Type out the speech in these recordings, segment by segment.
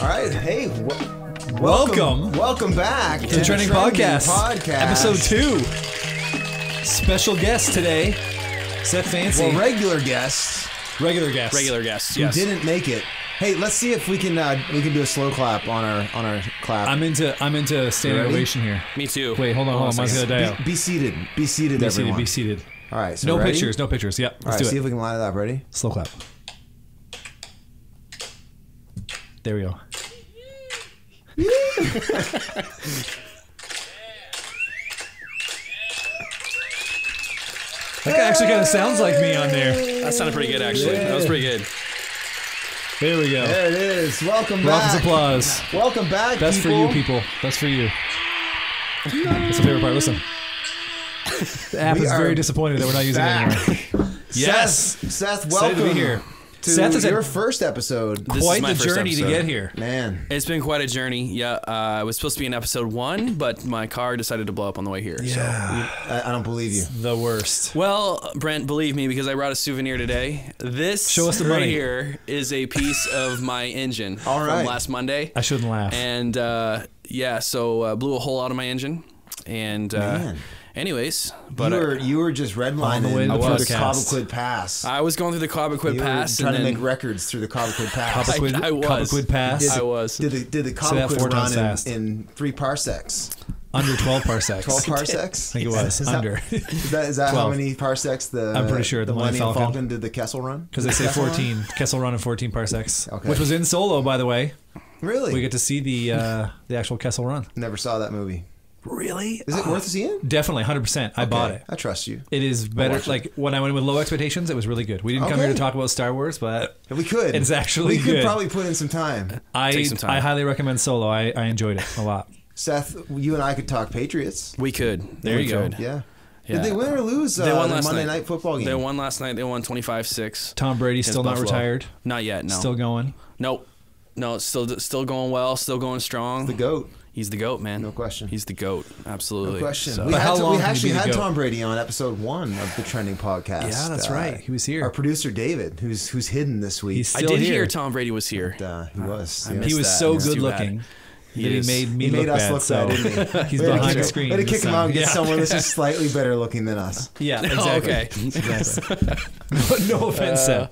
All right. Hey, w- welcome, Welcome. welcome back to The Trending Podcast, episode two. Special guest today, Seth Fancy. Well, regular guests regular guest. Regular guests, who yes. didn't make it. Hey, let's see if we can uh, we can do a slow clap on our on our clap. I'm into I'm into a standing ready? ovation here. Me too. Wait, hold on, hold on. a Mine's second. gonna die. out. be, be seated. Be seated, Be everyone. seated. Be seated. All right. So No ready? pictures. No pictures. Yep. All right. Let's see do if it. we can line it up. Ready? Slow clap. There we go. That guy actually kind of sounds like me on there. That sounded pretty good, actually. That was pretty good. There we go. There it is. Welcome Rockets back. applause. Welcome back. That's people. for you, people. That's for you. That's the favorite part. Listen. The app We is are very disappointed that we're not using it anymore. Yes. Seth, Seth, Excited welcome to be here. to Seth is a- your first episode. This is Quite my the first journey to episode. get here. Man, It's been quite a journey. Yeah, uh, it was supposed to be in episode one, but my car decided to blow up on the way here. So. I, I don't believe you. The worst. Well, Brent, believe me, because I brought a souvenir today. This Show us the right money. here is a piece of my engine All right. from last Monday. I shouldn't laugh. And uh, yeah, so uh, blew a hole out of my engine. And uh, Man. anyways, but you I- were you were just redlining way to the through the podcast. Cobblequid Pass. I was going through the Cobequid you Pass. were trying and to then, make records through the Cobblequid Pass. I- Cobblequid, I was. Cobblequid pass I was. Did the did the that four Cobblequid times run fast. in, in three parsecs, under 12 parsecs. twelve I parsecs? think it was Is that- under Is that, is that how 12. many parsecs the I'm pretty sure the the Millennium Millennium Falcon. Falcon did the Kessel Run? because they say 14. Kessel Run and 14 parsecs, Okay. which was in Solo, by the way. Really? We get to see the uh, the actual Kessel Run. Never saw that movie. Really? Is it worth seeing? Definitely, 100%. I bought Okay, it. I trust you. It is better. Like when I went with low expectations, it was really good. We didn't come here Okay. to talk about Star Wars, but If we could, It's actually we could good. probably put in some time. I Take some time. I highly recommend Solo. I, I enjoyed it a lot. Seth, you and I could talk Patriots. we could. There We you go. could. Yeah. Yeah. Did they win or lose uh, They won the last Monday night. night football game? They won last night. They won 25 6. Tom Brady's still not retired. Not yet, no. Still going. Nope. No, it's still still going well, still going strong. The goat. He's the goat, man. No question. He's the goat. Absolutely. Question. So- we But had how to- long we can you actually be the had goat? Tom Brady on episode one of the trending podcast. Uh, Yeah, that's right. He was here. Our producer David, who's who's hidden this week. He's I still did here. hear Tom Brady was here. uh, he was. yes. He It's was that. so It's good too bad. looking He that he is- made me He made look us bad. look so bad, didn't he? he's Way to behind kick the him- screen. Way to this kick him time. out and get Yeah. someone that's just slightly better looking than us. Yeah, Oh, exactly. okay. Exactly. no offense, Seth. Uh,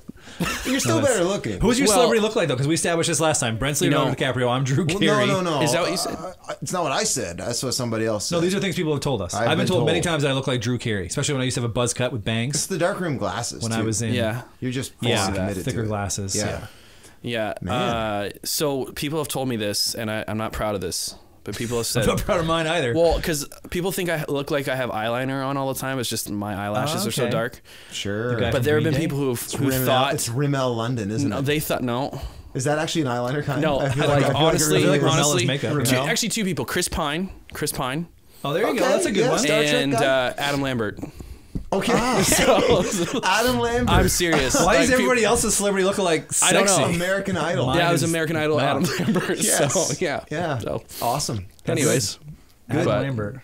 You're still better looking. Who's your well- celebrity look like though? Because we established this last time. Brent's Leonardo know- DiCaprio. I'm Drew Well, Carey. no, no, no. Is that what you said? Uh, it's not what I said. That's what somebody else said. No, these are things people have told us. I've, I've been been, told, many told. times that I look like Drew Carey, especially when I used to have a buzz cut with It's bangs the dark room glasses. when too. I was in. Yeah. You're just fully Yeah, committed thicker to it. glasses. Yeah. yeah. Yeah. Uh, Man. so people have told me this, and I, I'm not proud of this, but people have said. I'm not proud of mine either. Well, because people think I look like I have eyeliner on all the time. It's just my eyelashes are so Oh, okay. dark. Sure. guy But there have Green been Day? people who have who Rimmel- it's thought Rimmel London, isn't no, it? they thought no, Is that actually an eyeliner kind? no. I feel like, I feel honestly, it really like is. Rimmel honestly, makeup, two- Rimmel. actually two people: Chris Pine, Chris Pine, oh, there you go. Okay, That's a good yeah, one. Star Trek and guy? uh, Adam Lambert. Okay. Ah. So- Adam Lambert. I'm serious. Why Like, is peop- everybody else's celebrity look like I sexy? don't know. American Idol. Mine Yeah, I was is American Idol not. Adam Lambert. So yeah, Yeah. So, Awesome. anyways, Adam But- Lambert.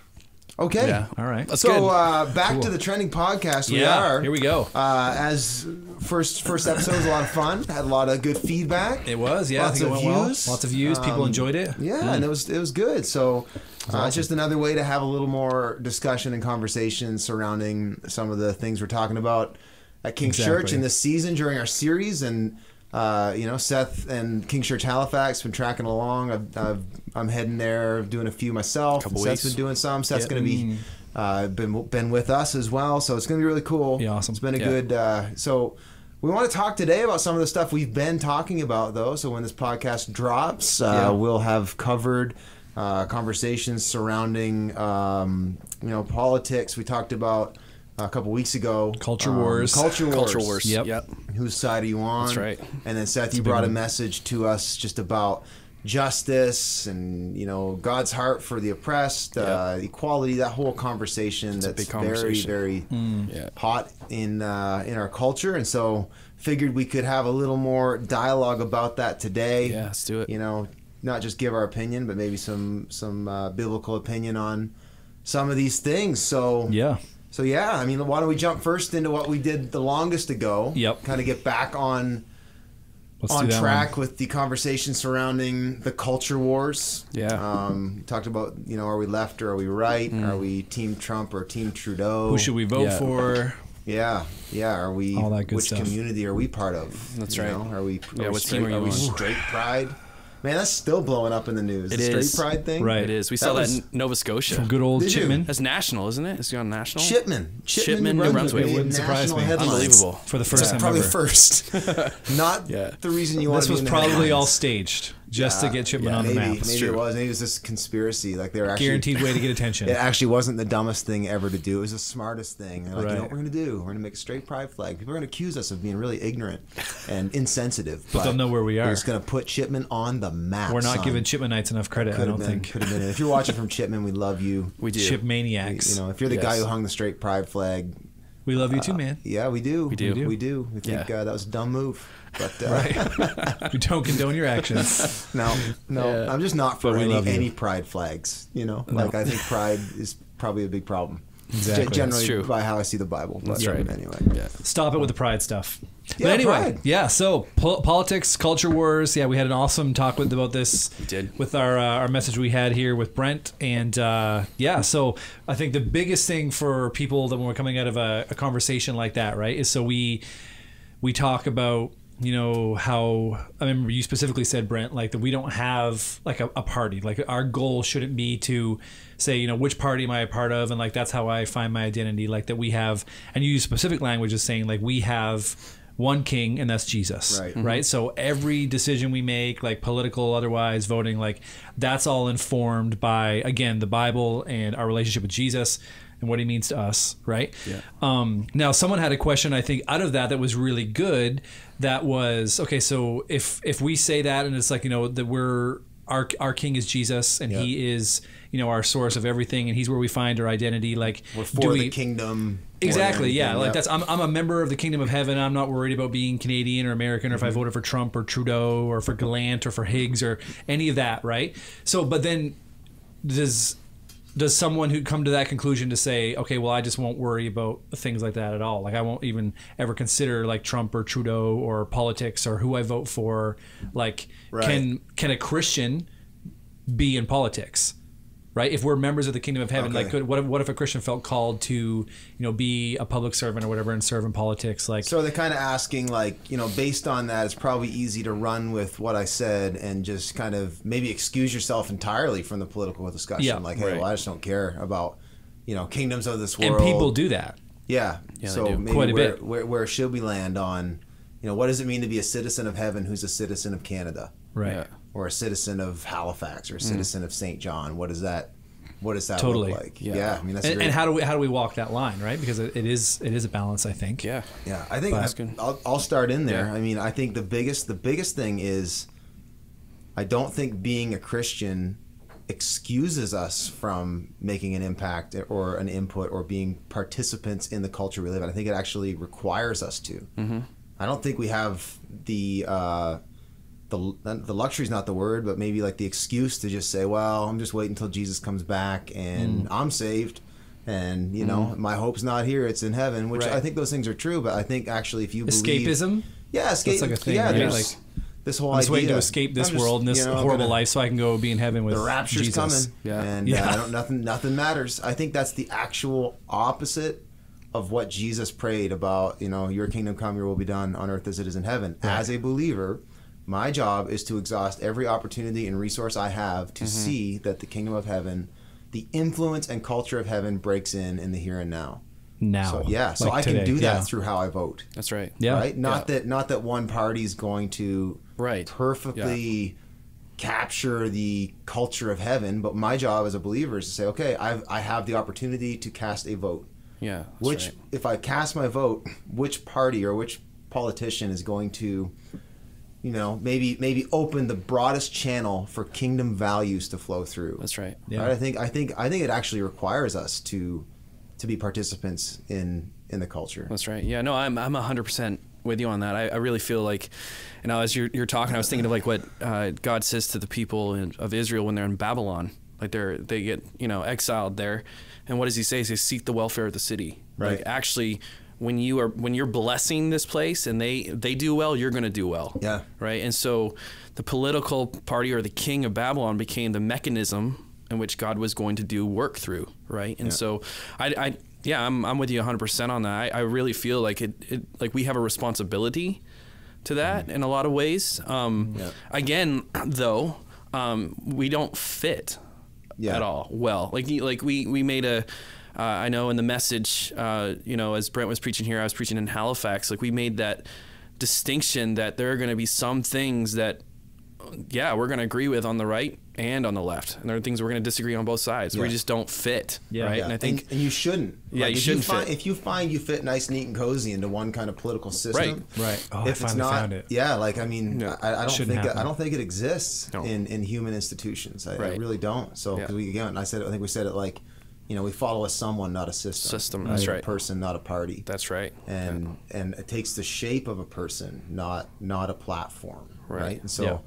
Okay. yeah. All right. That's so good. uh, back to the trending podcast. We yeah. are Here we go. Uh, as first first episode was a lot of fun. Had a lot of good feedback. It was, yeah. I Lots think it of went well. views. Lots of views. People Um, enjoyed it. Mm. Yeah, and it was it was good. So uh, it's just another way to have a little more discussion and conversation surrounding some of the things we're talking about at King's Exactly. Church in this season during our series. And uh, you know, Seth and King's Church Halifax been tracking along. I've, I've, I'm heading there, doing a few myself. Couple Seth's weeks. been doing some. Seth's Yeah. going to be. Uh, been been with us as well, so it's gonna be really cool. Yeah, awesome. It's been a Yeah. good. Uh, so we want to talk today about some of the stuff we've been talking about, though. So when this podcast drops, uh, Yeah. we'll have covered uh, conversations surrounding um, you know politics. We talked about a couple weeks ago Culture um, wars. culture wars, Culture wars. Yep. Yep. Whose side are you on? That's right. And then Seth, you brought a message to us just about justice and you know God's heart for the oppressed, uh, equality. That whole conversation that's big conversation. Mm. very, very Yeah. hot in uh, in our culture, and so figured we could have a little more dialogue about that today. Yeah, let's do it. You know, not just give our opinion, but maybe some some uh, biblical opinion on some of these things. So Yeah. so yeah, I mean, why don't we jump first into what we did the longest ago? Yep. Kind of get back on Let's do on that track one. with the conversation surrounding the culture wars. Yeah. Mm. Um, we talked about, you know, are we left or are we right? Are we Team Trump or Team Trudeau? Who should we vote Yeah. for? Yeah. Yeah. Are we, All that good which stuff. community are we part of? That's You right. know, Are we, Yeah, are we what team straight, are you we on? straight pride? Man, that's still blowing up in the news. It the is. straight pride thing? Right. It is. We That saw was- that in Nova Scotia. Good old Did you? Chipman. That's national, isn't it? It's gone national. Chipman. Chipman, New Brunswick. made It wouldn't surprise national me. headlines. Unbelievable. For the first That's time probably ever. first. Not Yeah. the reason you want This to be was in the probably all headlines. staged just to get Chipman Yeah, on the maybe, map. Maybe true. it was. Maybe it was this conspiracy. Like they were actually Guaranteed way to get attention. It actually wasn't the dumbest thing ever to do. It was the smartest thing. And like, you Right. know what we're gonna do? We're gonna make a straight pride flag. People are gonna accuse us of being really ignorant and insensitive. But, they'll know where we are. We're just gonna put Chipman on the map. We're not son. giving Chipmanites enough credit, I Could don't have been. think. Could have been. it. If you're watching from Chipman, we love you. We do. Chip maniacs. You know, if you're the Yes. guy who hung the straight pride flag, we love you too, man. yeah, we do. We do. We do. We think Yeah. uh, that was a dumb move. But uh, we don't condone your actions. No, no, Yeah. I'm just not for we any, love you. any pride flags. You know, like I think pride is probably a big problem. Exactly. Gen- generally, That's true. by how I see the Bible. But That's right. Anyway, Yeah. Stop it with the pride stuff. Yeah, but anyway, pride. yeah. So po- politics, culture wars. Yeah, we had an awesome talk with about this. did. with our uh, our message we had here with Brent, and uh, yeah. So I think the biggest thing for people that when we're coming out of a, a conversation like that, right, is so we we talk about you know how I remember you specifically said Brent like that we don't have like a, a party like our goal shouldn't be to say you know which party am I a part of and like that's how I find my identity like that we have and you use specific language as saying like we have one king and that's Jesus Right. right so every decision we make like political otherwise voting like that's all informed by again the Bible and our relationship with Jesus and what he means to us, right? Yeah. Um, now, someone had a question I think out of that that was really good. That was okay. So if if we say that and it's like you know that we're our our King is Jesus and He is you know our source of everything and He's where we find our identity. Like we're for do the we- kingdom. Exactly. more than Yeah. anything, Like yep. that's I'm, I'm a member of the kingdom of heaven. I'm not worried about being Canadian or American or if I Mm-hmm. voted for Trump or Trudeau or for Gallant or for Higgs or any of that, right? So, but then does does someone who come to that conclusion to say, okay, well, I just won't worry about things like that at all. Like I won't even ever consider like Trump or Trudeau or politics or who I vote for. Like, Right. can can a Christian be in politics? right? If we're members of the kingdom of heaven, Okay. like, could, what if, what if a Christian felt called to, you know, be a public servant or whatever and serve in politics? Like, So they're kind of asking, like, you know, based on that, it's probably easy to run with what I said and just kind of maybe excuse yourself entirely from the political discussion. Yeah, like, hey, right. well, I just don't care about, you know, kingdoms of this and world. people do that. Yeah. they so do. maybe Quite a where, bit. Where, where should we land on, you know, what does it mean to be a citizen of heaven who's a citizen of Canada? Right. Mm. Yeah. Or a citizen of Halifax or a citizen of St. John? What does that, what does that Totally. look like? Yeah. Yeah. I mean, that's a And, great- and how do we, how do we walk that line? Right. Because it, it is, it is a balance, I think. Yeah. Yeah, I think That's good. I'll, I'll start in there. Yeah. I mean, I think the biggest the biggest thing is I don't think being a Christian excuses us from making an impact or an input or being participants in the culture we live in. I think it actually requires us to. Mm-hmm. I don't think we have the uh, the the luxury is not the word, but maybe like the excuse to just say, "Well, I'm just waiting until Jesus comes back Mm. and I'm saved." And you know, my hope's not here; it's in heaven. Which Right. I think those things are true, but I think actually, if you believe- Escapism. yeah, escape, like a thing, yeah, right? there's Like, this whole I'm just idea. waiting to escape this I'm just, world and this you know, I'm horrible gonna- life so I can go be in heaven with the rapture's Jesus. coming. Yeah. And Yeah. Uh, I don't, nothing, nothing matters. I think that's the actual opposite of what Jesus prayed about, you know, your kingdom come, your will be done on earth as it is in heaven. As a believer, my job is to exhaust every opportunity and resource I have Mm-hmm. to see that the kingdom of heaven, the influence and culture of heaven breaks in in the here and now. Now. So, yeah, so Like I can today. do that Yeah. through how I vote That's right. Yeah. right? Not that not that one party's going to Right. perfectly capture the culture of heaven, but my job as a believer is to say, okay, I've, I have the opportunity to cast a vote. Yeah. that's Which, right. if I cast my vote, which party or which politician is going to, you know, maybe maybe open the broadest channel for kingdom values to flow through? That's right. Yeah. Right? I think I think I think it actually requires us to to be participants in in the culture. That's right. Yeah, no, I'm I'm 100% with you on that. I, I really feel like, you know, as you're, you're talking, I was thinking of like what uh, God says to the people in, of Israel when they're in Babylon. Like they're they get you know exiled there, and what does He say? He says, "Seek the welfare of the city." Right. Like actually when you are when you're blessing this place and they they do well, you're going to do well. Yeah. Right. And so the political party or the king of Babylon became the mechanism in which God was going to do work through. Right. And so I, I yeah, I'm, I'm with you 100% on that. I, I really feel like it, it like we have a responsibility to that in a lot of ways. Um, Again, though, um, we don't fit Yeah. at all well. Like you- like we we made a. Uh, I know in the message, uh, you know, as Brent was preaching here, I was preaching in Halifax. Like we made that distinction that there are going to be some things that, yeah, we're going to agree with on the right and on the left, and there are things we're going to disagree on both sides. We Yeah. just don't fit, Yeah. right? Yeah, And I think and, you shouldn't. Yeah, you if shouldn't find, fit. If you find you fit nice, neat, and cozy into one kind of political system, Right. Right. Oh, I if it's finally not, found it. yeah, like I mean, Yeah. I, I don't Shouldn't think it, happen. I don't think it exists No. in in human institutions. I, I Right. really don't. So 'cause Yeah. we again, I said, it- I think we said it like, you know, we follow a someone, not a system. System, that's A right. person, not a party. that's right. and and it takes the shape of a person, not not a platform, Right. right? And so,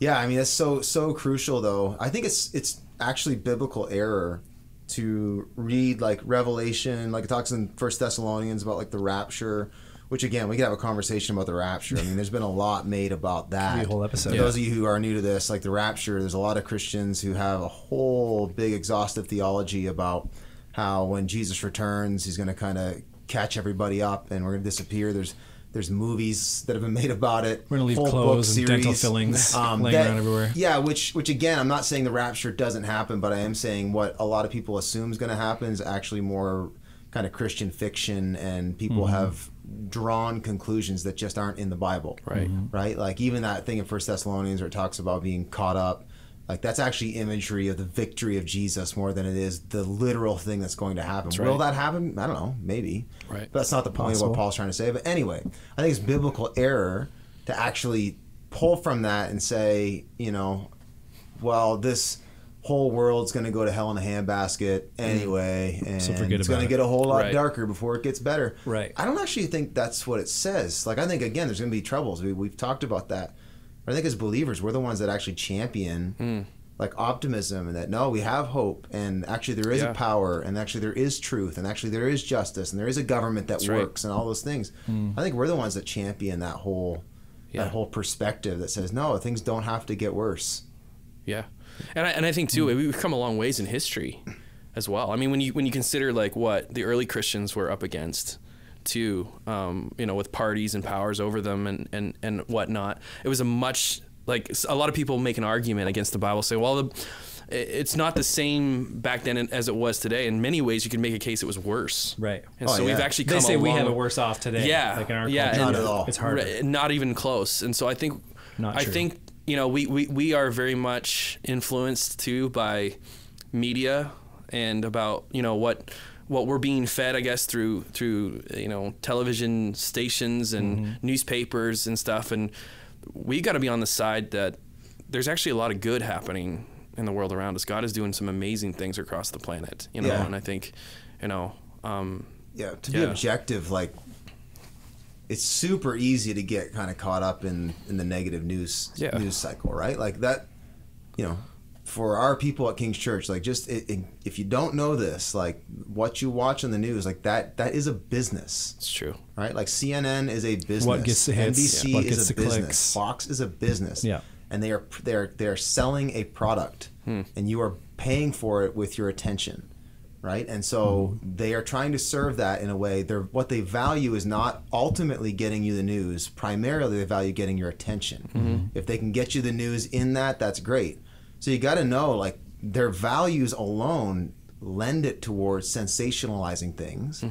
yeah. I mean that's so so crucial though. I think it's it's actually biblical error to read like Revelation, like it talks in First Thessalonians about like the rapture, which again we could have a conversation about the rapture. I mean, there's been a lot made about that. Could be a whole episode. For Yeah. those of you who are new to this, like the rapture, there's a lot of Christians who have a whole big exhaustive theology about how when Jesus returns, he's going to kind of catch everybody up and we're going to disappear. There's there's movies that have been made about it. We're gonna leave whole clothes book and dental series, Um, fillings laying around everywhere. Yeah, which which again, I'm not saying the rapture doesn't happen, but I am saying what a lot of people assume is going to happen is actually more kind of Christian fiction, and people Mm-hmm. have drawn conclusions that just aren't in the Bible. Right. Mhm. Right. Like even that thing in First Thessalonians where it talks about being caught up. Like that's actually imagery of the victory of Jesus more than it is the literal thing that's going to happen. Will that happen? I don't know. Maybe. Right. But that's not the point of Possible. what Paul's trying to say. But anyway, I think it's biblical error to actually pull from that and say, you know, well, this whole world's going to go to hell in a handbasket anyway, and Mm. So forget it's about going to it. get a whole lot Right. darker before it gets better. Right. I don't actually think that's what it says. Like, I think again, there's going to be troubles. We, we've talked about that. But I think as believers, we're the ones that actually champion. Hmm. Like optimism, and that no, we have hope, and actually there is Yeah. a power, and actually there is truth, and actually there is justice, and there is a government that right. works, and all those things. I think we're the ones that champion that whole Yeah. that whole perspective that says no, things don't have to get worse. Yeah, and I, and I think too Hmm. we've come a long ways in history, as well. I mean, when you when you consider like what the early Christians were up against, too, um, you know, with parties and powers over them and and and whatnot, it was a much like s- a lot of people make an argument against the Bible, say, well, the, i- it's not the same back then as it was today. In many ways, you could make a case it was worse. Right. And Oh, so we've yeah. actually come They say a we long have it worse off today. Yeah, Like in our yeah, culture. Not at all. It's harder. Re- Not even close. And so I think, Not I true. think you know, we, we we are very much influenced too by media and about you know what what we're being fed, I guess, through through you know television stations and Mm-hmm. newspapers and stuff. And we got to be on the side that there's actually a lot of good happening in the world around us. God is doing some amazing things across the planet, you know. Yeah. And I think, you know. Um, Yeah, to be Yeah. objective, like it's super easy to get kind of caught up in in the negative news Yeah. news cycle, right? Like that, you know, for our people at King's Church, like just it, it, if you don't know this, like what you watch on the news, like that that is a business. it's true. right? Like CNN is a business. What gets the hits, NBC yeah. What is gets a the business. clicks. Fox is a business. Yeah. And they are they are they are selling a product, and you are paying for it with your attention, right? And so Hmm. they are trying to serve that in a way. They're what they value is not ultimately getting you the news. Primarily, they value getting your attention. Hmm. If they can get you the news in that, that's great. So you got to know like their values alone lend it towards sensationalizing things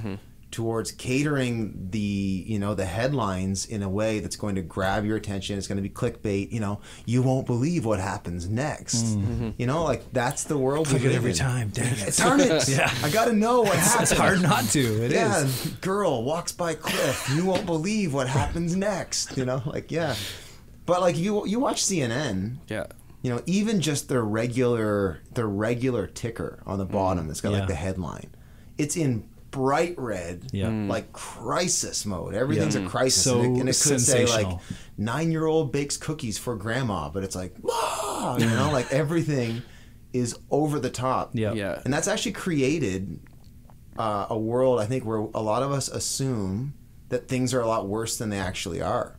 towards catering the you know the headlines in a way that's going to grab your attention it's going to be clickbait you know you won't believe what happens next you know like that's the world we Mm-hmm. Click live it every in. time. Dang it. darn it Yeah. i gotta know what happens It's hard not to. It is. yeah, girl walks by cliff. You won't believe what happens next. You know, like yeah, but like you you watch CNN. Yeah. You know, even just their regular their regular ticker on the bottom that's got Mm. Yeah. like the headline. It's in bright red, Yeah. Mm. like crisis mode. Everything's a crisis. So and it, and it could say like sensational. nine year old bakes cookies for grandma, but it's like, wow, you know, like everything is over the top. Yeah. Yeah. And that's actually created uh, a world I think where a lot of us assume that things are a lot worse than they actually are.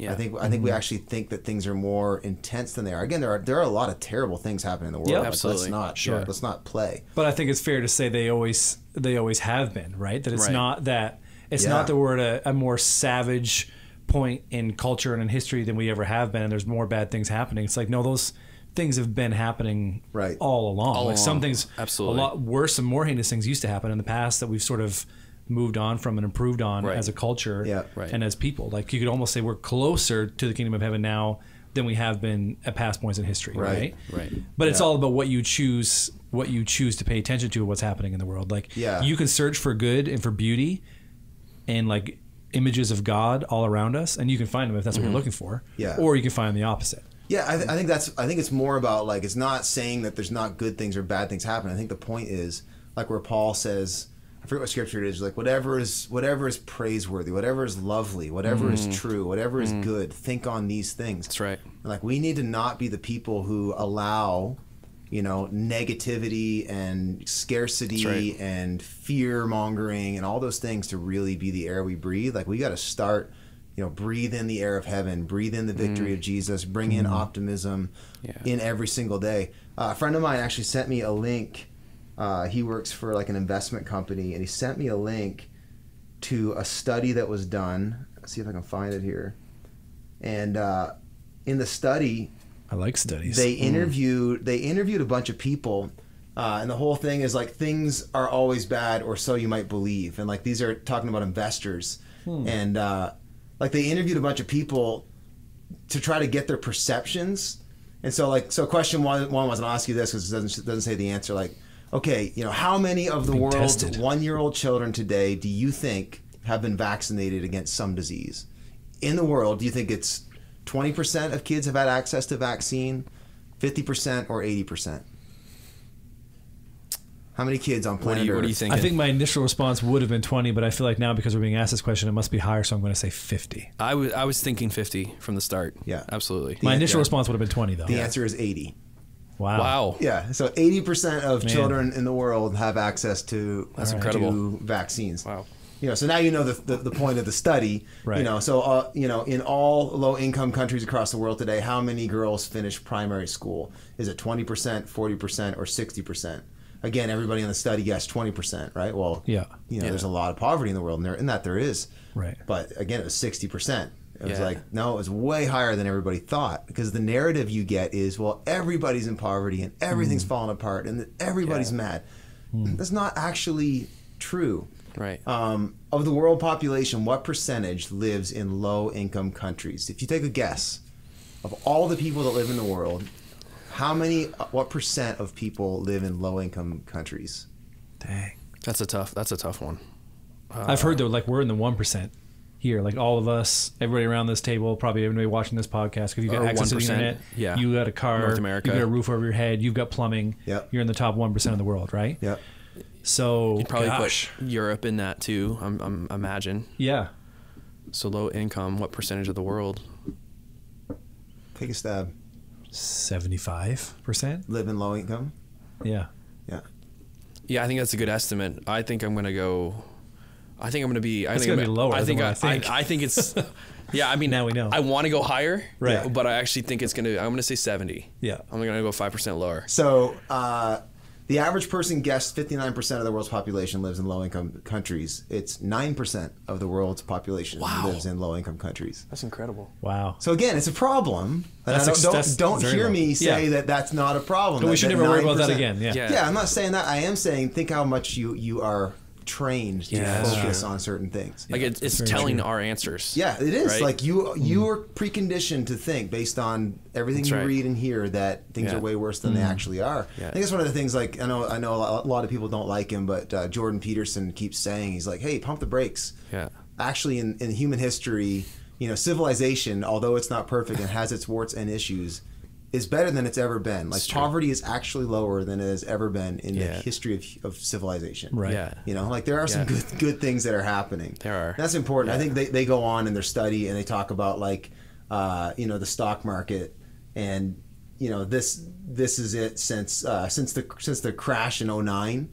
Yeah. I think I think we actually think that things are more intense than they are. Again, there are there are a lot of terrible things happening in the world. Yeah, Like, absolutely. Let's not Sure. let's not play. But I think it's fair to say they always they always have been right. That it's Right. not that it's Yeah. not that we're at a, a more savage point in culture and in history than we ever have been, and there's more bad things happening. It's like no, those things have been happening Right. all along. like some along. things Absolutely. a lot worse and more heinous things used to happen in the past that we've sort of moved on from and improved on Right. as a culture Yeah. Right. and as people. Like you could almost say we're closer to the kingdom of heaven now than we have been at past points in history. Right. Right. But it's all about what you choose, what you choose to pay attention to, what's happening in the world. Like, Yeah. you can search for good and for beauty, and like images of God all around us, and you can find them if that's what you're looking for. Mm-hmm. Yeah. Or you can find the opposite. Yeah, I, th- I think that's. I think it's more about like it's not saying that there's not good things or bad things happen. I think the point is like where Paul says, I forget what scripture it is. Like whatever is whatever is praiseworthy, whatever is lovely, whatever is true, whatever is good, think on these things. Mm. That's right. Like we need to not be the people who allow, you know, negativity and scarcity That's right. and fear mongering and all those things to really be the air we breathe. Like we got to start, you know, breathe in the air of heaven, breathe in the victory of Jesus, bring in optimism Mm. Mm-hmm. Yeah. in every single day. Uh, a friend of mine actually sent me a link. Uh, he works for like an investment company, and he sent me a link to a study that was done. Let's see if I can find it here. And uh, in the study, I like studies. they interviewed they interviewed a bunch of people, uh, and the whole thing is like things are always bad, or so you might believe. And like these are talking about investors, and uh, like they interviewed a bunch of people to try to get their perceptions. And so like so question one one was and I'll ask you this because it doesn't doesn't say the answer like okay you know how many of the Being world's tested. one year old children today do you think have been vaccinated against some disease in the world do you think it's 20% of kids have had access to vaccine 50% or 80% how many kids on What planet do you What do you Earth? think? I think my initial response would have been 20, but I feel like now because we're being asked this question, it must be higher, so I'm going to say 50. I was I was thinking 50 from the start. Yeah. Absolutely. My Yeah, initial yeah. response would have been 20, though. the answer is 80 Wow. wow. Yeah, so 80% of Man. children in the world have access to, uh, That's to incredible. vaccines. Wow. You know, so now you know the, the, the point of the study. Right. You know, so, uh, you know, in all low income countries across the world today, how many girls finish primary school? Is it 20%, 40%, or 60%? Again, everybody in the study guessed 20%, right? Well, Yeah. you know, Yeah. there's a lot of poverty in the world, and, there, and that there is. Right. But again, it was 60%. It was Yeah. like, no, it was way higher than everybody thought because the narrative you get is, well, everybody's in poverty and everything's falling apart and that everybody's mad. That's not actually true. Right. Um, of the world population, what percentage lives in low income countries? If you take a guess, of all the people that live in the world, how many, what percent of people live in low income countries? Dang. that's a tough. That's a tough one. I've heard though, like we're in the one percent here. Like all of us, everybody around this table, probably everybody watching this podcast, because you got Or access to the 1%, internet. yeah. you got a car. North America. You got a roof over your head. You've got plumbing. Yep. You're in the top one percent of the world, right? Yep. So You'd probably gosh, put Europe in that too. I'm, I'm imagine. yeah. So low income. What percentage of the world? Take a stab. Seventy-five percent. Live in low income? Yeah. Yeah. Yeah, I think that's a good estimate. I think I'm gonna go. I think I'm gonna be. I It's think gonna I'm- be lower I than think what I, I think. I, I think it's. Yeah, I mean, Now we know. I want to go higher, Right. But I actually think it's gonna. I'm gonna say 70. Yeah. I'm gonna go five percent lower. So uh, the average person guessed 59% of the world's population lives in low income countries. It's 9% of the world's population Wow. lives in low income countries. That's incredible. Wow. So again, it's a problem. And I That's don't ex- don't, that's don't very hear low. me say Yeah. that that's not a problem. But we that- should that never worry about that 9% again. Yeah. Yeah. Yeah, I'm not saying that. I am saying think how much you, you are trained to Yeah, that's focus true. on certain things. Like it's, it's very telling true. our answers. Yeah, it is. Right? Hmm. Like you you are preconditioned to think based on everything That's you right. read and hear that things Yeah. Hmm. are way worse than they actually are. Yeah. I think that's one of the things. Like I know I know a lot, a lot of people don't like him, but uh, Jordan Peterson keeps saying he's like, "Hey, pump the brakes." Yeah. Actually, in, in human history, you know, civilization, although it's not perfect and has its warts and issues, is better than it's ever been. Like It's true. poverty is actually lower than it has ever been in the Yeah. history of, of civilization. Right. Yeah. You know, like there are some Yeah. good good things that are happening. There are. That's important. I think they, they go on in their study and they talk about like uh, you know the stock market and you know this this is it since uh, since the since the crash in 09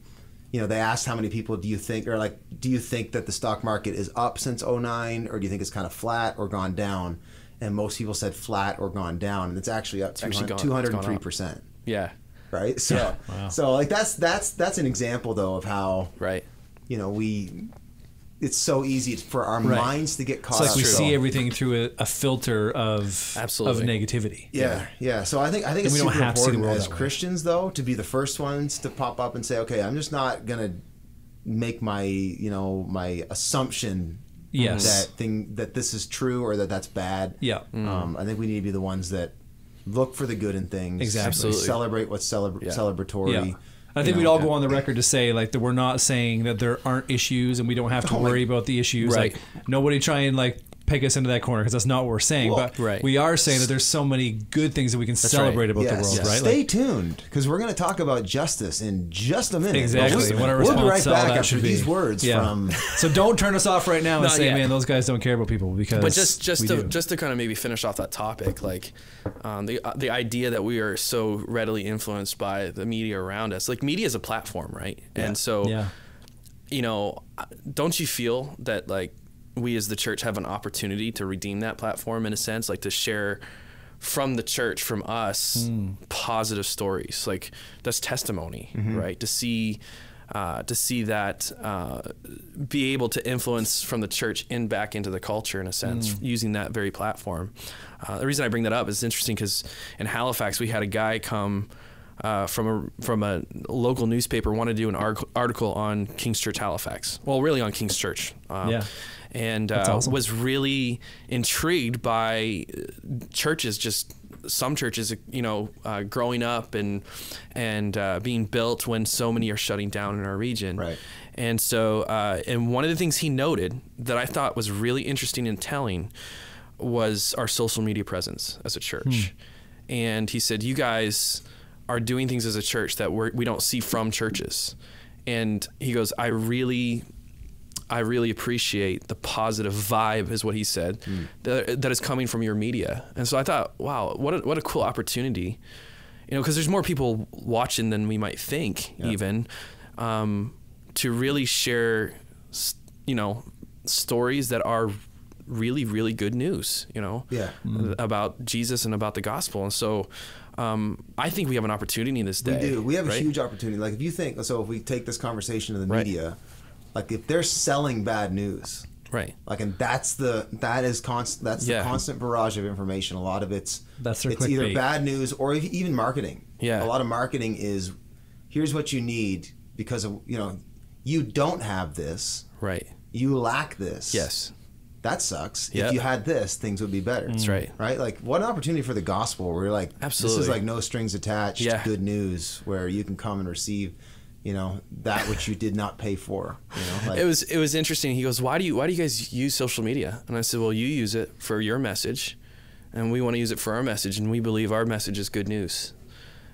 you know, they asked how many people do you think, or like, do you think that the stock market is up since 09, or do you think it's kind of flat or gone down? And most people said flat or gone down, and it's actually up actually 200, gone- it's gone up. 203%. Yeah. Right? So, so like that's that's that's an example though of how Right. you know we it's so easy for our Right. minds to get caught It's like up we so- see everything through a, a filter of Absolutely. of negativity. Yeah, yeah. So I think I think And it's we don't super have to see the important world as that way. Christians though to be the first ones to pop up and say, okay, I'm just not gonna make my you know my assumption Yes. that thing that this is true or that that's bad. Yeah. Um, I think we need to be the ones that look for the good in things. Exactly. Absolutely. Celebrate what's celebra- Yeah. celebratory. Yeah. I think you we'd know. all go on the record to say like that we're not saying that there aren't issues and we don't have to worry about the issues. Right. Like nobody try and like peg us into that corner because that's not what we're saying. Well, but Right. we are saying that there's so many good things that we can right. celebrate about Yes. the world, Yes. right? Stay Like, tuned because we're going to talk about justice in just a minute. Exactly. But What our We'll, we'll be response right to all back that after should be. these words Yeah. from so don't turn us off right now and Not say, yet. man, those guys don't care about people because. but just just we to do. just to kind of maybe finish off that topic, like um, the the idea that we are so readily influenced by the media around us, like media is a platform, right? And so, yeah. you know, don't you feel that like we as the church have an opportunity to redeem that platform in a sense, like to share from the church, from us, positive stories. Like that's testimony, right? To see. Uh, to see that uh, be able to influence from the church in back into the culture in a sense using that very platform uh, the reason i bring that up is interesting because in halifax we had a guy come uh, from a from a local newspaper wanted to do an arg- article on King's Church Halifax. Well, really on King's Church. Um, Yeah. And uh, awesome. was really intrigued by uh, churches just some churches you know uh, growing up and and uh, being built when so many are shutting down in our region Right. and so, uh, and one of the things he noted that I thought was really interesting and telling was our social media presence as a church. And he said, You guys are doing things as a church that we're, we don't see from churches. And he goes, I really. I really appreciate the positive vibe, is what he said, Hmm. that, that is coming from your media. And so I thought, wow, what a, what a cool opportunity, you know, because there's more people watching than we might think, even. Um, to really share, s- you know, stories that are really, really good news, you know, Yeah. about Jesus and about the gospel. And so, um, I think we have an opportunity this day. We do. We have a right? huge opportunity. Like if you think so, if we take this conversation to the Right. media, like if they're selling bad news, right. like and that's the that is constant. That's Yeah. the constant barrage of information. A lot of it's That's their it's either clickbait. bad news or ev- even marketing. Yeah. a lot of marketing is here's what you need because of you know you don't have this, Right. you lack this. Yes. that sucks. Yeah. If you had this, things would be better. That's right. Right? Like what an opportunity for the gospel where you're like this Absolutely. is like no strings attached, Yeah. good news where you can come and receive, you know, that which you did not pay for. You know, like It was it was interesting. He goes, "Why do you why do you guys use social media?" And I said, "Well, you use it for your message, and we want to use it for our message, and we believe our message is good news."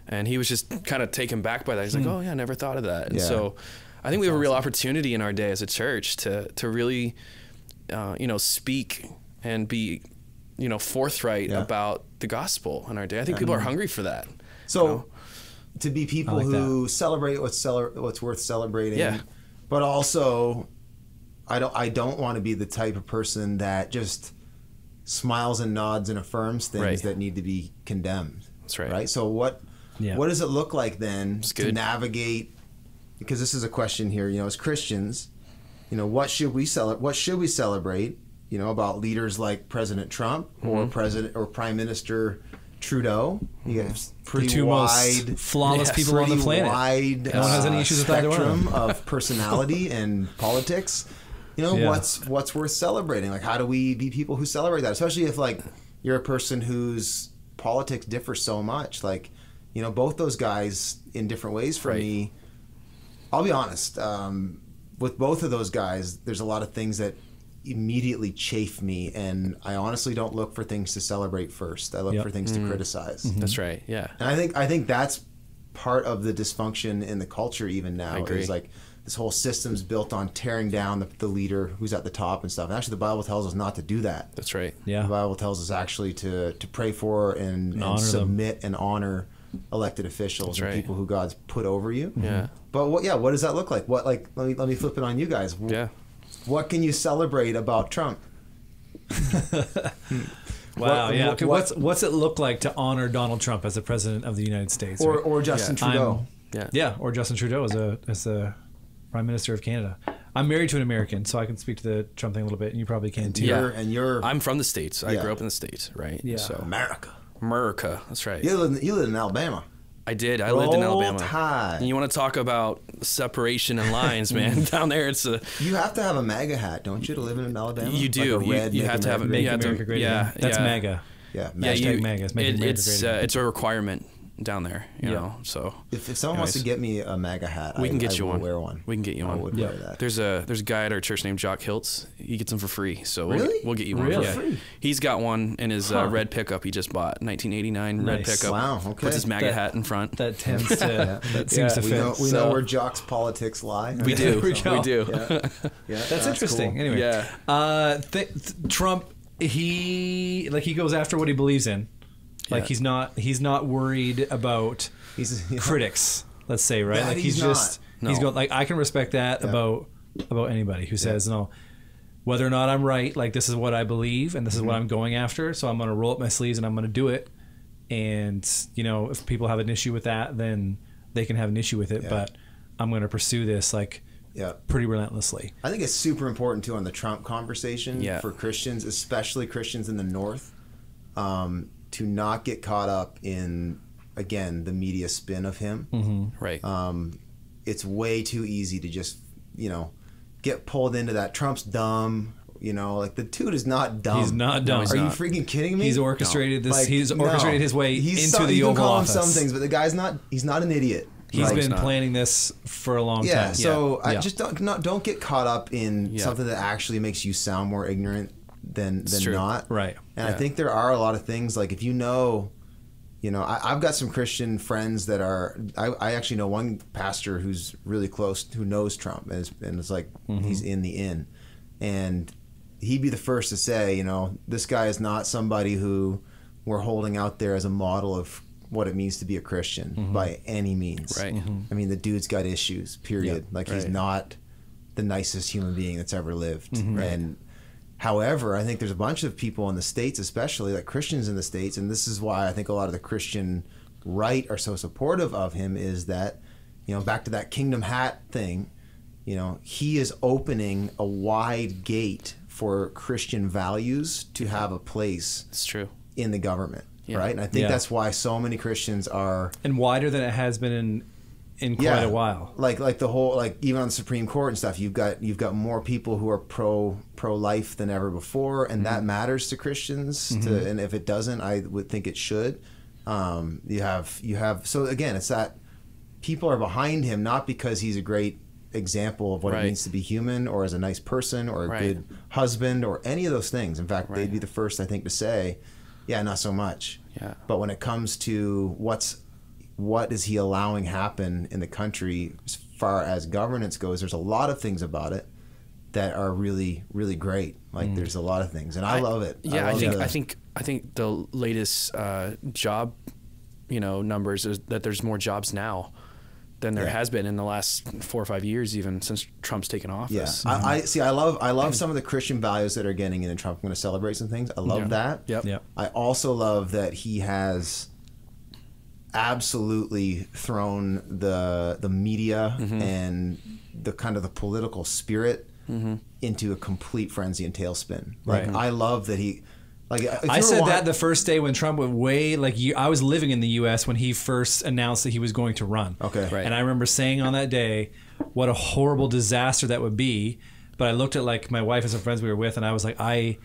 And he was just kind of taken back by that. He's like, "Oh yeah, I never thought of that." And Hmm. Yeah. so, I think we have a real opportunity in our day as a church to to really, uh, you know, speak and be, you know, forthright Yeah. Mm-hmm. about the gospel in our day. I think people are hungry for that. so to be people like who celebrate what's cele- what's worth celebrating. Yeah. But also I don't I don't want to be the type of person that just smiles and nods and affirms things Right. that need to be condemned. That's right. Right? So what Yeah. what does it look like then to good. navigate because this is a question here, you know, as Christians, you know, what should we celebrate what should we celebrate, you know, about leaders like President Trump Mm-hmm. or President or Prime Minister Trudeau? You have pretty The two wide most flawless Yes. people on the pretty planet. Wide, No one has any uh, issues with either one of spectrum of personality and politics. You know Yeah. what's what's worth celebrating? Like, how do we be people who celebrate that? Especially if like you're a person whose politics differ so much. Like, you know, both those guys in different ways for Right. me. I'll be honest. Um, with both of those guys, there's a lot of things that immediately chafe me, and I honestly don't look for things to celebrate first. I look Yep. for things to criticize. Mm. That's right. Yeah. And I think I think that's part of the dysfunction in the culture even now. I agree. Is like this whole system's built on tearing down the, the leader who's at the top and stuff. And actually, the Bible tells us not to do that. That's right. Yeah. The Bible tells us actually to to pray for and, and honor them. submit and honor elected officials That's and right. people who God's put over you. Yeah. But what? Yeah. What does that look like? What like? Let me let me flip it on you guys. W- Yeah. What can you celebrate about Trump? Wow. What- yeah. what- okay, what's what's it look like to honor Donald Trump as the president of the United States? Or right? or Justin I'm- Trudeau? Yeah. yeah, or Justin Trudeau as a as the prime minister of Canada. I'm married to an American, so I can speak to the Trump thing a little bit, and you probably can too. Yeah. You're, and you're I'm from the States. I Yeah. grew up in the States, right? Yeah. So America. America. That's right. You live in, you live in Alabama. I did. I lived in Roll Alabama. Tide. And you want to talk about separation and lines, man? Down there, it's a You have to have a MAGA hat, don't you, to live in Alabama? you Like do. a You- red you, Make have to have a America Make you have to- America great yeah, again. That's yeah. MAGA. Yeah, Yeah, Mac- Hashtag you, MAGA. It's it- making America it's great uh, again. it's a requirement down there. You Yeah. know, so If, if someone wants to Anyways. get me a MAGA hat, we I, can get I you will one. Wear one. We can get you I one. would Yeah. wear that. There's a there's a guy at our church named Jock Hiltz. He gets them for free. So we'll, Really? we'll get you one. Really? Yeah. For free? He's got one in his uh, Huh. red pickup he just bought, 1989 red Nice. pickup. Wow, okay. Puts his MAGA That- hat in front. that tends to Yeah, that that- seems yeah, to we fit. know, we so- know where Jock's politics lie. we do. There we we, go. do. Yeah. Yeah, that's, That's, interesting. cool. Anyway, Yeah. uh, th- th- Trump, he like he goes after what he believes in. Like Yeah. he's not he's not worried about He's- yeah. critics. Let's say right. That like he's he's, just not. he's No. going like I can respect that about about anybody who says no. Whether or not I'm right, like this is what I believe and this is what Mm-hmm. I'm going after, so I'm going to roll up my sleeves and I'm going to do it. And you know, if people have an issue with that, then they can have an issue with it. Yeah. But I'm going to pursue this like Yeah. pretty relentlessly. I think it's super important too on the Trump conversation Yeah. for Christians, especially Christians in the North, um, to not get caught up in again the media spin of him. Mm-hmm. Right. Um, it's way too easy to just you know get pulled into that Trump's dumb. You know, like the dude is not dumb. He's not dumb. he's Are not. you freaking kidding me? He's orchestrated this. Like, he's no. orchestrated his way He's into some- the you can Oval call Office. him some things, but the guy's not. He's not an idiot. He's Like, been not. planning this for a long yeah. time. So I Yeah. just don't not, don't get caught up in Yeah. something that actually makes you sound more ignorant than than true. not. Right. And I Yeah. think there are a lot of things like if you know, you know, I, I've got some Christian friends that are. I, I actually know one pastor who's really close who knows Trump and it's, and it's like Mm-hmm. he's in the in, and he'd be the first to say, you know, this guy is not somebody who we're holding out there as a model of what it means to be a Christian by any means. Mm-hmm. Right. Mhm. I mean, the dude's got issues. Period. like he's right. not the nicest human being that's ever lived, Mm-hmm. and However, I think there's a bunch of people in the states, especially like Christians in the states, and this is why I think a lot of the Christian right are so supportive of him is that, you know, back to that kingdom hat thing, you know, he is opening a wide gate for Christian values to have a place it's true. in the government, Yeah. right? And I think Yeah. that's why so many Christians are and wider than it has been in in quite a while. like like the whole like even on the Supreme Court and stuff, you've got you've got more people who are pro pro life than ever before, and Mm-hmm. that matters to Christians. To and if it doesn't, I would think it should. Um, you have you have so again, it's that people are behind him not because he's a great example of what Right. it means to be human or as a nice person or a Right. good husband or any of those things. In fact, Right. they'd be the first I think to say, yeah, not so much. Yeah. But when it comes to what's what is he allowing happen in the country as far as governance goes, there's a lot of things about it that are really, really great. Like there's a lot of things, and I, love it. Yeah, Mm. I, love think the- I think I think the latest uh, job, you know, numbers is that there's more jobs now than there Yeah. has been in the last four or five years, even since Trump's taken Yeah, office. I, I see. I love I love some of the Christian values that are getting into Trump. I'm going to celebrate some things. I love Yeah. that. Yep. Yeah. I also love that he has absolutely thrown the the media Mm-hmm. and the kind of the political spirit into a complete frenzy and tailspin. Like Mm-hmm. Right. I love that he like if I you said rewind- that the first day when Trump went way like you, I was living in the U.S. when he first announced that he was going to run. Okay. Right. And I remember saying on that day, what a horrible disaster that would be. But I looked at like my wife and some friends we were with, and I was like, I.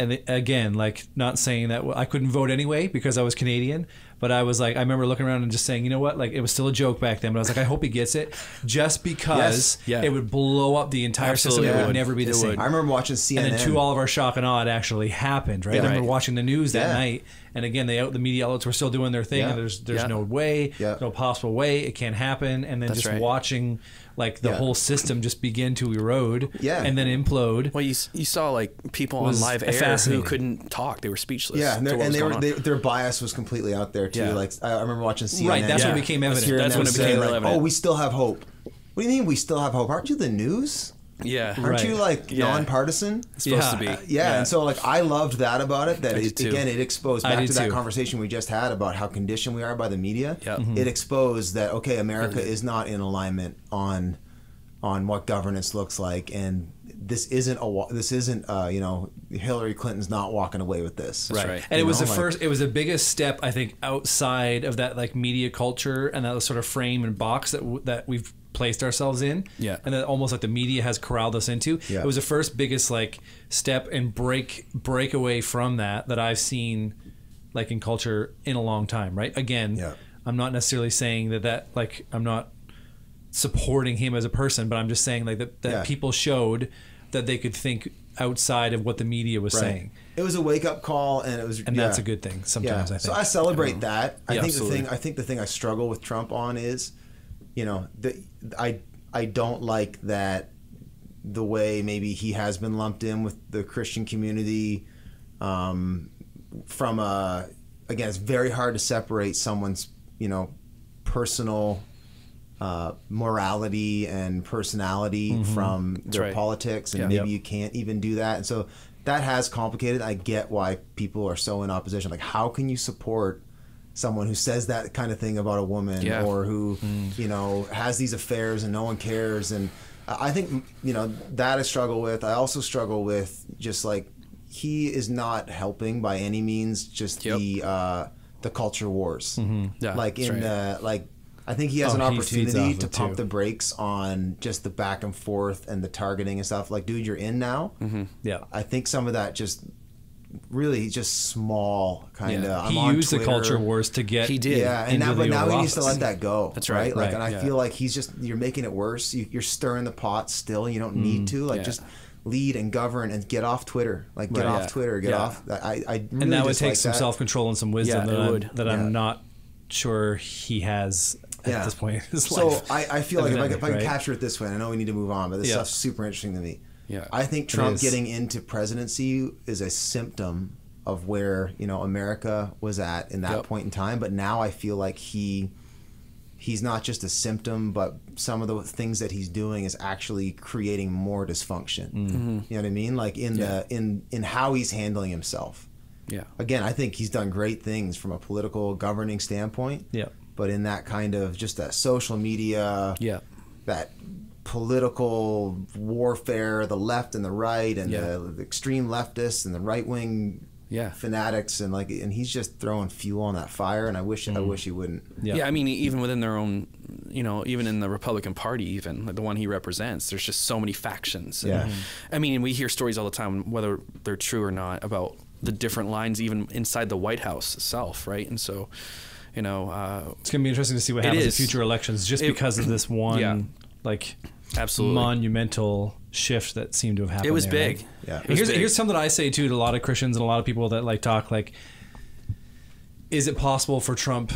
And again, like not saying that I couldn't vote anyway because I was Canadian, but I was like, I remember looking around and just saying, you know what? Like it was still a joke back then, but I was like, I hope he gets it, just because Yeah. it would blow up the entire system. Absolutely It would. would never be the Oh, It same would. I remember watching CNN. and then to all of our shock and awe, it actually happened. Right? I remember Right. watching the news that Yeah. night And again, they out the media outlets were still doing their thing. Yeah. And there's there's Yeah. no way, Yeah. no possible way it can happen. And then That's just right. watching like the Yeah. whole system just begin to erode Yeah. and then implode. Well, you, s- you saw like people on Was live air who fascinating. couldn't talk; they were speechless. Yeah, and, to they're- what and was they going were on. they, their bias was completely out there too. Yeah. Like I, I remember watching CNN. Right, that's Yeah. what became That's- evident. hearing that's them when it say, became like, evident. Oh, we still have hope. What do you mean we still have hope? Aren't you the news? yeah, Aren't you Right. like Yeah. nonpartisan? supposed to be. Yeah. yeah, and so like I loved that about it. That I it, did too. again, it exposed I back did to that too. conversation we just had about how conditioned we are by the media. Yep. Mhm. It Mm-hmm. exposed that okay, America is not in alignment on on what governance looks like, and this isn't a wa- this isn't uh, you know Hillary Clinton's not walking away with this. That's right. right. And it You was know, the like- first, it was the biggest step, I think, outside of that like media culture and that sort of frame and box that w- that we've placed ourselves in. Yeah. And that almost like the media has corralled us into. Yeah. It was the first biggest like step and break break away from that that I've seen like in culture in a long time. Right. Again, Yeah. I'm not necessarily saying that that like I'm not supporting him as a person, but I'm just saying like that, that Yeah. people showed that they could think outside of what the media was Right. saying. It was a wake up call, and it was And that's yeah. a good thing Yeah. sometimes I think. So I celebrate that. I Yeah, think absolutely. the thing I think the thing I struggle with Trump on is, you know, the, I I don't like that the way maybe he has been lumped in with the Christian community um, from a again it's very hard to separate someone's you know personal uh, morality and personality Mm-hmm. from their right. politics and Yeah. maybe Yep. you can't even do that and so that has complicated i get why people are so in opposition like how can you support someone who says that kind of thing about a woman Yeah. Mm. or who you know has these affairs and no one cares and i I think you know that i struggle with i also struggle with just like he is not helping by any means just Yep. Mm-hmm. the uh the culture wars Yeah, like that's in the like I think he has Oh, an he feeds opportunity off of to it, pump too. the brakes on just the back and forth and the targeting and stuff. Like, dude, you're in now. Yeah. I think some of that just really just small kind Yeah. of. he used the culture wars to get. He did. Yeah, and into now but the now Oval he needs to Office. let that go. That's right, Like, right, and I yeah. feel like he's just you're making it worse. You, you're stirring the pot still. You don't Mm, need to. Like, yeah. just lead and govern and get off Twitter. Like, get Right. off Yeah. Twitter. Get Yeah. off. I, I really and that would dislike take some that. self control and some wisdom Yeah, that, it I'm, would. that Yeah. I'm not sure he has at Yeah. this point in his So life. I, I feel like if I, could- if I Right. can capture it this way, and I know we need to move on, but this Yeah. stuff's super interesting to me. Yeah. I think Trump is. getting into presidency is a symptom of where you know America was at in that Yep. point in time, but now I feel like he he's not just a symptom, but some of the things that he's doing is actually creating more dysfunction. Mm-hmm. You know what I mean? Like in the in in how he's handling himself. yeah, Again, I think he's done great things from a political governing standpoint. Yeah. But in that kind of just that social media, yeah, that political warfare, the left and the right, and Yeah. the, the extreme leftists and the right wing Yeah. fanatics, and like, and he's just throwing fuel on that fire. And I wish, I wish he wouldn't. Mm. Yeah. yeah, I mean, even within their own, you know, even in the Republican Party, even like the one he represents, there's just so many factions. And, Yeah. Mhm. I mean, we hear stories all the time, whether they're true or not, about the different lines even inside the White House itself, right? And so, you know, uh, it's going to be interesting to see what happens in is. future elections just It- because of this one Yeah. like Absolutely. monumental shift that seemed to have happened. It was there, big. right? Yeah. It was Here's big. here's something I say too to a lot of Christians and a lot of people that like talk like is it possible for Trump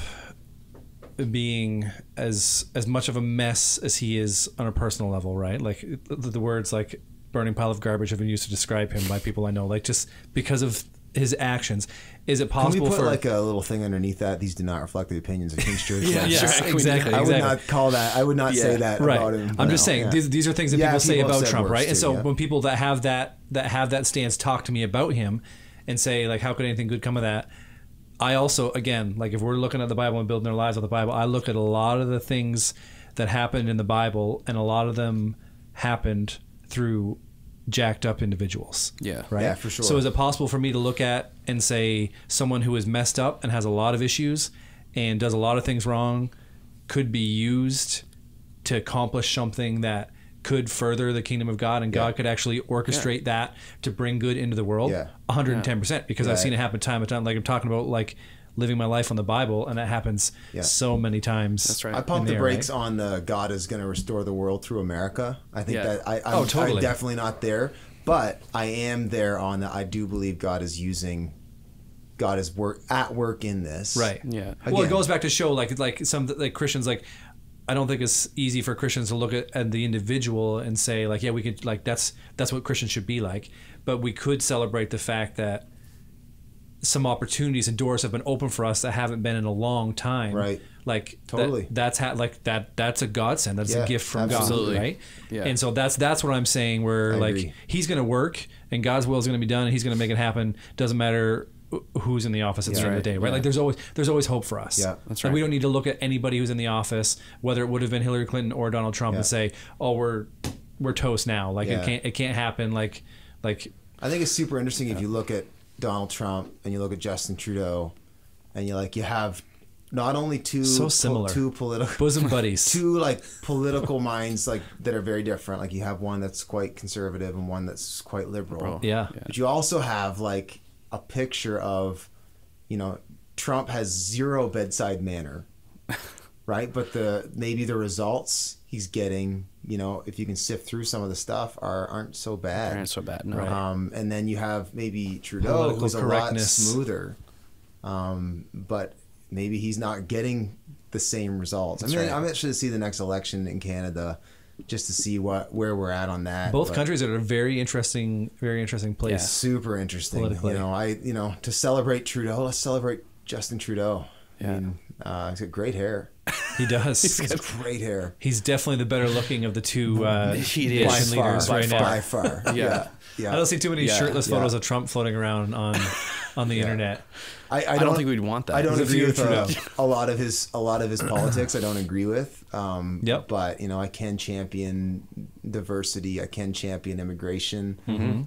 being as as much of a mess as he is on a personal level, right? Like the, the words like burning pile of garbage have been used to describe him by people I know like just because of his actions. Is it Can we possible put for like a little thing underneath that? These do not reflect the opinions of King's Church. Like, Yeah, sure. Yes, Drag queen. exactly. I would exactly. not call that. I would not say Yeah. that right. about him. I'm just No, saying yeah. these, these are things that Yeah, people say people have about said Trump, worse right? and too, so yeah. when people that have that that have that stance talk to me about him and say like, how could anything good come of that? I also again like if we're looking at the Bible and building our lives on the Bible, I look at a lot of the things that happened in the Bible, and a lot of them happened through jacked up individuals. Yeah. Right. Yeah, for sure. So is it possible for me to look at and say someone who is messed up and has a lot of issues and does a lot of things wrong could be used to accomplish something that could further the kingdom of God and God could actually orchestrate that to bring good into the world? Yeah. 110% because I've Right. seen it happen time and time like I'm talking about like living my life on the Bible and that happens Yeah. so many times. That's right. I pumped in the there, brakes right? on the God is going to restore the world through America. I think Yeah. that I, I'm, Oh, totally. I'm definitely not there, but I am there on that. I do believe God is using God is work at work in this. Right. Yeah. Well, it Again. goes back to show like like some like Christians like I don't think it's easy for Christians to look at, at the individual and say like yeah we could like that's that's what Christians should be like, but we could celebrate the fact that some opportunities and doors have been open for us that haven't been in a long time. Right. Like that- Totally. that's ha- like that that's a godsend. That's Yeah, a gift from absolutely. God, right? Yeah. And so that's that's what I'm saying where I like agree. he's going to work and God's will is going to be done and he's going to make it happen. Doesn't matter wh- who's in the office at the end of the right. day, right? Yeah. Like there's always there's always hope for us. Yeah, that's Like, right. we don't need to look at anybody who's in the office, whether it would have been Hillary Clinton or Donald Trump, and Yeah. say, "Oh, we're we're toast now." Like Yeah. it can't it can't happen. Like like I think it's super interesting if you look at Donald Trump and you look at Justin Trudeau, and you like you have not only two So po- similar. two political bosom buddies. two like political minds like that are very different. Like you have one that's quite conservative and one that's quite liberal. Yeah. Yeah. But you also have like a picture of, you know, Trump has zero bedside manner, right? But the maybe the results he's getting, you know, if you can sift through some of the stuff, are aren't so bad. Aren't so bad, no. Um, and then you have maybe Trudeau, Political who's a lot correctness. smoother, um, but maybe he's not getting the same results. I mean, right. I'm interested to see the next election in Canada, just to see what where we're at on that. Both but countries are at a very interesting very interesting place. super interesting. Politically. You know, I you know to celebrate Trudeau, let's celebrate Justin Trudeau. I Yeah. mean, uh, he's got great hair. He does. He's got great hair. He's definitely the better looking of the two uh, He Asian is. By far, leaders by right far, now. by far. Yeah. yeah, yeah. I don't see too many Yeah. shirtless Yeah. photos of Trump floating around on on the internet. I, I, don't, think we'd want that. I don't Except agree you, with uh, Trudeau. a lot of his a lot of his politics. I don't agree with. Um, Yep. But you know, I can champion diversity. I can champion immigration.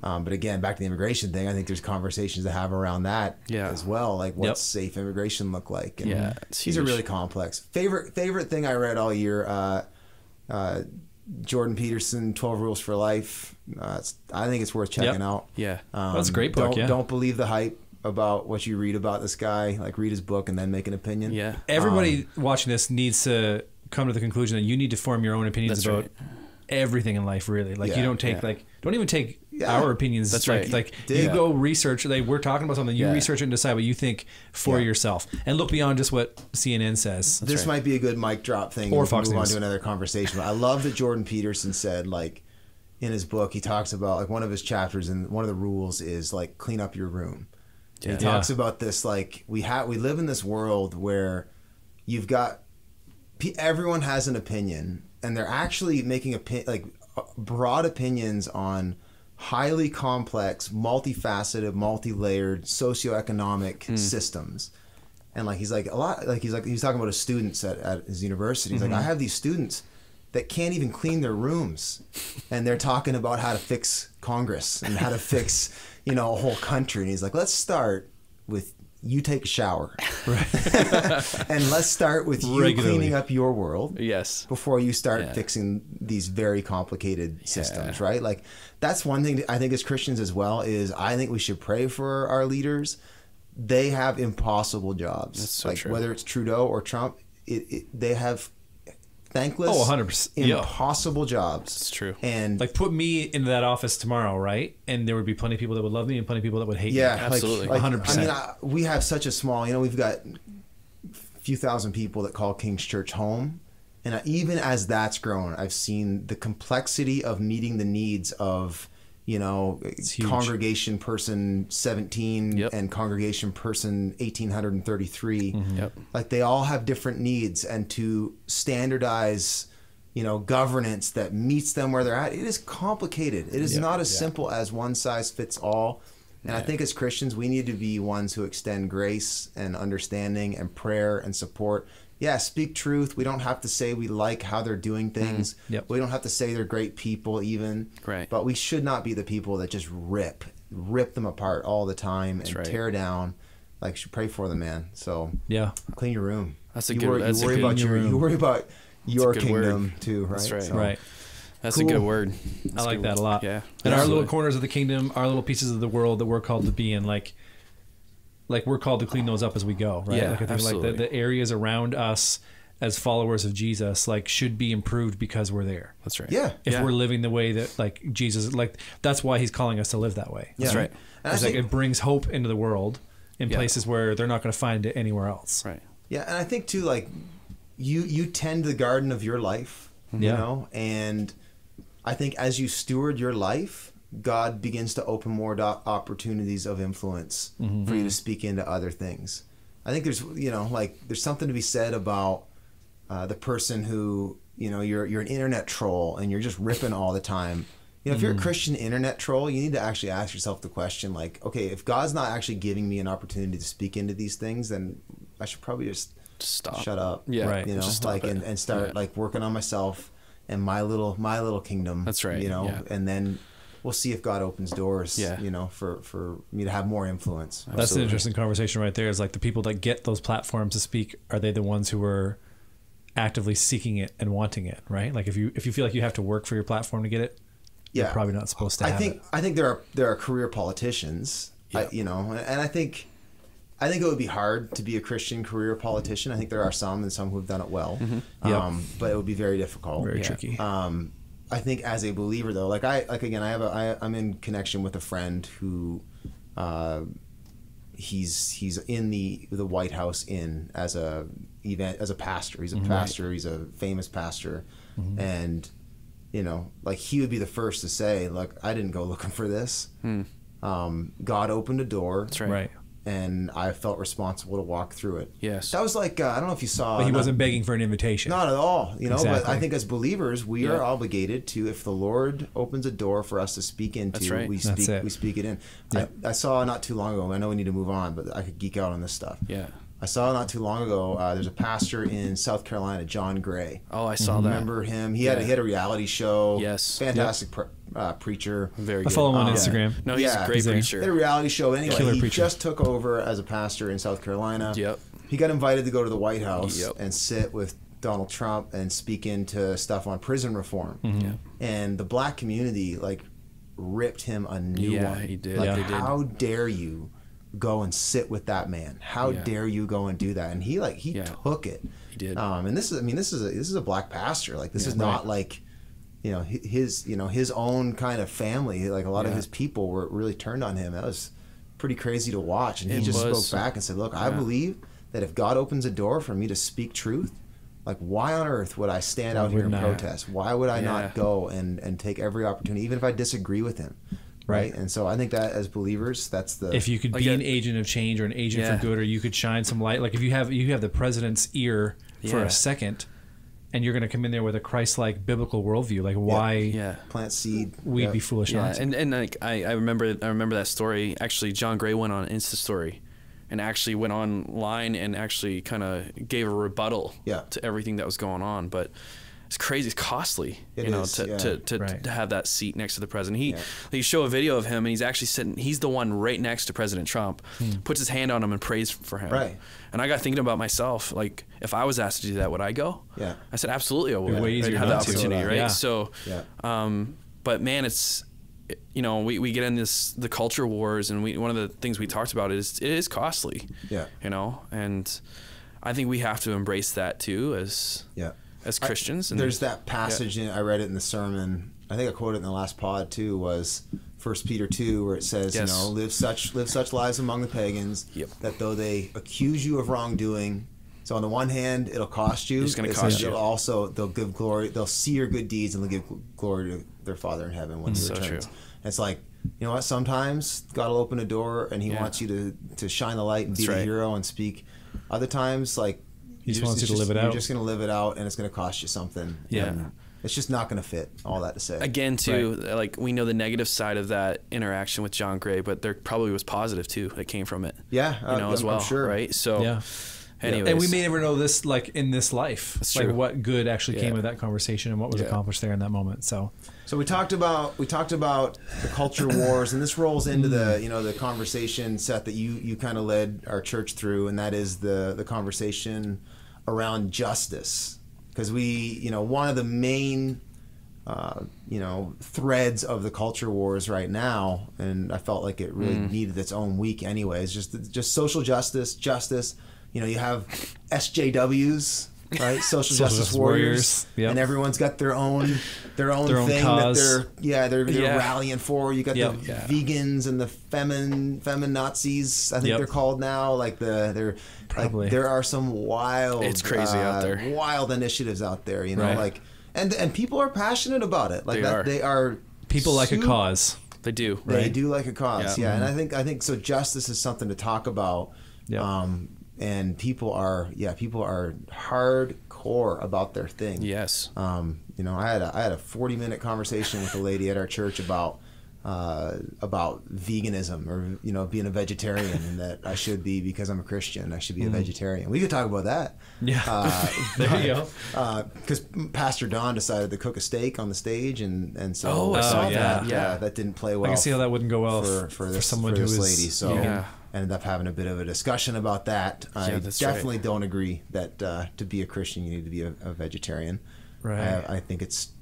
Um, but again, back to the immigration thing, I think there's conversations to have around that Yeah. as well. Like, what's Yep. safe immigration look like? And Yeah, it's these are huge. really complex. Favorite favorite thing I read all year. Uh, uh, Jordan Peterson, Twelve Rules for Life. Uh, it's, I think it's worth checking Yep. out. Yeah. Um, That's a great book, Don't, yeah. don't believe the hype about what you read about this guy. Like read his book and then make an opinion. Yeah. Everybody Um, watching this needs to come to the conclusion that you need to form your own opinions That's about right. everything in life. Really, like you Yeah, don't take yeah. like don't even take Yeah. our opinions. That's like, right. Like Yeah. you go research. Like we're talking about something. You Yeah. research it and decide what you think for yourself, and look beyond just what CNN says. this might be a good mic drop thing. Or We can Fox move News. on to another conversation. But I love that Jordan Peterson said like in his book he talks about like one of his chapters and one of the rules is like clean up your room. And He Yeah. talks about this like we have we live in this world where you've got pe- everyone has an opinion and they're actually making opi- like uh, broad opinions on highly complex multifaceted multi-layered socioeconomic Hmm. systems and like he's like a lot like he's like he's talking about his students at, at his university he's like i have these students that can't even clean their rooms and they're talking about how to fix congress and how to fix you know a whole country and he's like let's start with you take a shower and let's start with you Regularly. cleaning up your world Yes. before you start Yeah. fixing these very complicated systems right like that's one thing that i think as christians as well is i think we should pray for our leaders they have impossible jobs that's so like true. whether it's trudeau or trump it, it, they have thankless Oh, 100%. Yeah. impossible jobs It's true. and Like put me into that office tomorrow, right? And there would be plenty of people that would love me and plenty of people that would hate Yeah, me. like- Absolutely. Like, 100%. I mean, I, we have such a small. You know, we've got a few thousand people that call King's Church home, and I, even as that's grown, I've seen the complexity of meeting the needs of you know huge. congregation person 17 Yep. and congregation person 1833 Mm-hmm. Yep. like they all have different needs and to standardize you know governance that meets them where they're at it is complicated it is Yeah, not as yeah. simple as one size fits all and i think as christians we need to be ones who extend grace and understanding and prayer and support yeah speak truth we don't have to say we like how they're Mm, doing things Yep. we don't have to say they're great people even Right. but we should not be the people that just rip rip them apart all the time and right. tear down like should pray for them man so Yeah. clean your room. That's a you good- Worry, that's you a worry good- about Clean your. your You room. worry about your good word. kingdom too, right? That's right. Right. That's Cool. a good word. I That's a like good that a word. lot. Yeah. And our little Absolutely. corners of the kingdom, our little pieces of the world that we're called to be in, like, like we're called to clean those up as we go, right? Yeah, like I think absolutely. like the, the areas around us as followers of Jesus, like should be improved because we're there. That's right. Yeah. If Yeah. we're living the way that like Jesus, like that's why he's calling us to live that way. Yeah. That's right. And I It's like think- it brings hope into the world. in Yeah. places where they're not going to find it anywhere else. Right. Yeah, and I think too, like you you tend the garden of your life, you Yeah. know, and I think as you steward your life, God begins to open more do- opportunities of influence for you to speak into other things. I think there's you know like there's something to be said about uh, the person who you know you're you're an internet troll and you're just ripping all the time. You know, if you're Mm. a Christian internet troll, you need to actually ask yourself the question like, okay, if God's not actually giving me an opportunity to speak into these things, then I should probably just Just stop. shut up. Yeah. Right. You know, Just stop like it. and, and start Yeah. like working on myself and my little my little kingdom. That's right, You know, yeah. and then we'll see if God opens doors. Yeah. You know, for for me to have more influence. That's an interesting conversation right there. Is like the people that get those platforms to speak, are they the ones who are actively seeking it and wanting it? Right. Like if you if you feel like you have to work for your platform to get it, Yeah. you're probably not supposed to. I have think it. I think there are there are career politicians. Yeah. I, you know, and, and I think. I think it would be hard to be a Christian career politician. I think there are some and some who have done it well, Mm-hmm. Yeah. um, but it would be very difficult. very Yeah. Uh, tricky. um, I think as a believer though, like I like again, I have a I, I'm in connection with a friend who, uh, he's he's in the the White House in as a event as a pastor. He's a Mm-hmm. pastor. He's a famous pastor, and you know, like he would be the first to say, "Look, I didn't go looking for this. Um, God opened a door, Hmm. That's right. right. and I felt responsible to walk through it." Yes. That was like uh, I don't know if you saw. But he not- wasn't begging for an invitation. not at all, you know. But Exactly. I think as believers, we are Yeah. obligated to, if the Lord opens a door for us to speak into, That's right. we That's speak. it. We speak it in. Yeah. I, I saw not too long ago. I know we need to move on, but I could geek out on this stuff. Yeah. I saw not too long ago. Uh, there's a pastor in South Carolina, John Gray. Oh, I Mm-hmm. saw that. Remember him? He had a, Yeah. he had a reality show. Yes. fantastic pre- uh, preacher. Very I good. follow him on Um, Instagram. No, he's Yeah. a great He's a- They had a preacher. reality show. Anyway, Killer he preacher. just took over as a pastor in South Carolina. Yep. He got invited to go to the White House Yep. and sit with Donald Trump and speak into stuff on prison reform. Yeah. And the black community like ripped him a new Yeah, one. he did. Like, Yeah. They did. how dare you go and sit with that man? How Yeah. dare you go and do that? And he like he Yeah. took it. He did. Um, and this is I mean this is a this is a black pastor. Like this is not like you know hi- his you know his own kind of family like a lot of Yeah. his people were really turned on him that was pretty crazy to watch and he It just was. spoke back and said look i Yeah. believe that if god opens a door for me to speak truth like why on earth would i stand out here and wouldn't I?" protest why would i Yeah. not go and and take every opportunity even if i disagree with him right, Right. and so i think that as believers that's the if you could Like be a- an agent of change or an agent Yeah. for good or you could shine some light like if you have you have the president's ear for Yeah. a second and you're going to come in there with a christ-like biblical worldview like why Yeah. plant seed we'd yeah. be foolish Yeah, not to and and like I, I remember I remember that story. Actually, John Gray went on Insta story, and actually went online and actually kind of gave a rebuttal Yeah. to everything that was going on. But it's crazy, it's costly, It you know, is, to, yeah. to, to, Right. to have that seat next to the president. He Yeah. they show a video of him, and he's actually sitting. He's the one right next to President Trump, Hmm. puts his hand on him and prays for him. Right. And I got thinking about myself, like if I was asked to do that, would I go? Yeah. I said absolutely, I would. Way I'd easier have the not to. opportunity, right? Yeah. So. Yeah. Um, but man, it's you know we, we get in this the culture wars, and we one of the things we talked about is it is costly. Yeah. You know, and I think we have to embrace that too as yeah as Christians. and there's that passage in I read it in the sermon. I think I quoted it in the last pod too was First Peter two where it says, Yes. you know, live such live such lives among the pagans Yep. that though they accuse you of wrongdoing, so on the one hand it'll cost you, It's gonna it cost says you. it'll also they'll give glory, they'll see your good deeds and they'll give gl- glory to their Father in heaven when he So returns. true. And it's like you know what? Sometimes God will open a door and He Yeah. wants you to, to shine the light and be That's the right. hero and speak. Other times, like He just you're wants it's you to live it You're out. just going to live it out, and it's going to cost you something. Yeah. And it's just not going to fit. All that to say. again too like we know the negative side of that interaction with John Gray, but there probably was positive too that came from it. Yeah, You uh, know as I'm- well, I'm sure. right? So Yeah. Anyways, and we may never know this like in this life That's like true. what good actually Yeah. came of that conversation and what was Yeah. accomplished there in that moment so So we talked about we talked about the culture wars, and this rolls into the you know the conversation set that you you kind of led our church through, and that is the the conversation around justice, because we you know one of the main uh, you know threads of the culture wars right now, and I felt like it really needed its own week anyways. Just just social justice, justice. You know, you have SJWs right? Social Social justice justice warriors, warriors, yep. and everyone's got their own their own Their own thing cause. that they're yeah they're, they're Yeah. rallying for. You got Yep. the Yeah. vegans and the femin femin Nazis, I think Yep. they're called now. Like the they're Probably. like, there are some wild It's crazy out uh, there. wild initiatives out there. You know, Right. like and and people are passionate about it. Like They that, are. they are People like a super- cause. Mm-hmm. They do. they do like a cause, yeah. Yeah. And I think I think so. Justice is something to talk about. Yeah. Um, and people are yeah, people are hardcore about their thing. Yes. Um, you know, I had a, I had a forty minute conversation with a lady at our church about uh, about veganism or you know being a vegetarian and that I should be because I'm a Christian. I should be a vegetarian. We could talk about that. Mm-hmm. Yeah. Uh, there you go. Because Pastor Don decided to cook a steak on the stage, and and so Oh, I saw that, that, yeah. that didn't play well. I can see how that wouldn't go well for f- for this, someone for who this is- lady. So Yeah. I ended up having a bit of a discussion about that. I Yeah, that's right. definitely don't agree that uh, to be a Christian you need to be a, a vegetarian. Right. I, I think it's.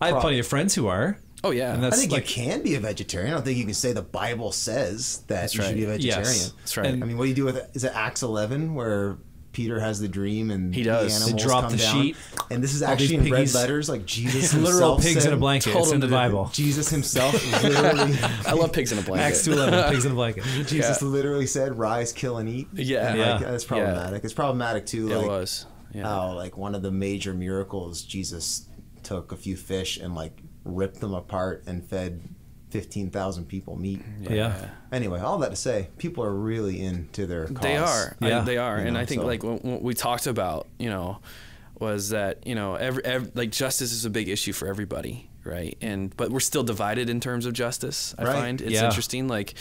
I have Pro- plenty of friends who are. Oh yeah. And that's- I think like- you can be a vegetarian. I don't think you can say the Bible says that you should right. be a vegetarian. Yes. That's right. I mean, what do you do with is it Acts eleven where Peter has the dream and He does. the They animals drop come the down, sheet. and this is All these actually in red piggies. letters like Jesus literal himself pigs in said- a blanket. told It's him in the to do- Bible. Jesus himself literally I love pigs in a blanket. Acts two eleven. Pigs in a blanket. Jesus literally said, "Rise, kill, and eat." Yeah. And, Yeah. like, that's problematic. It's problematic too. It like, Oh, was. Yeah. How like one of the major miracles, Jesus took a few fish and like ripped them apart and fed fifteen thousand people meat. Yeah. Anyway, all that to say, people are really into their. Cause. They are. I- Yeah. they are. You and know, I think so- like what, what we talked about, you know, was that, you know, every, ev like justice is a big issue for everybody, right? And but we're still divided in terms of justice. I Right. find it's Yeah. interesting like,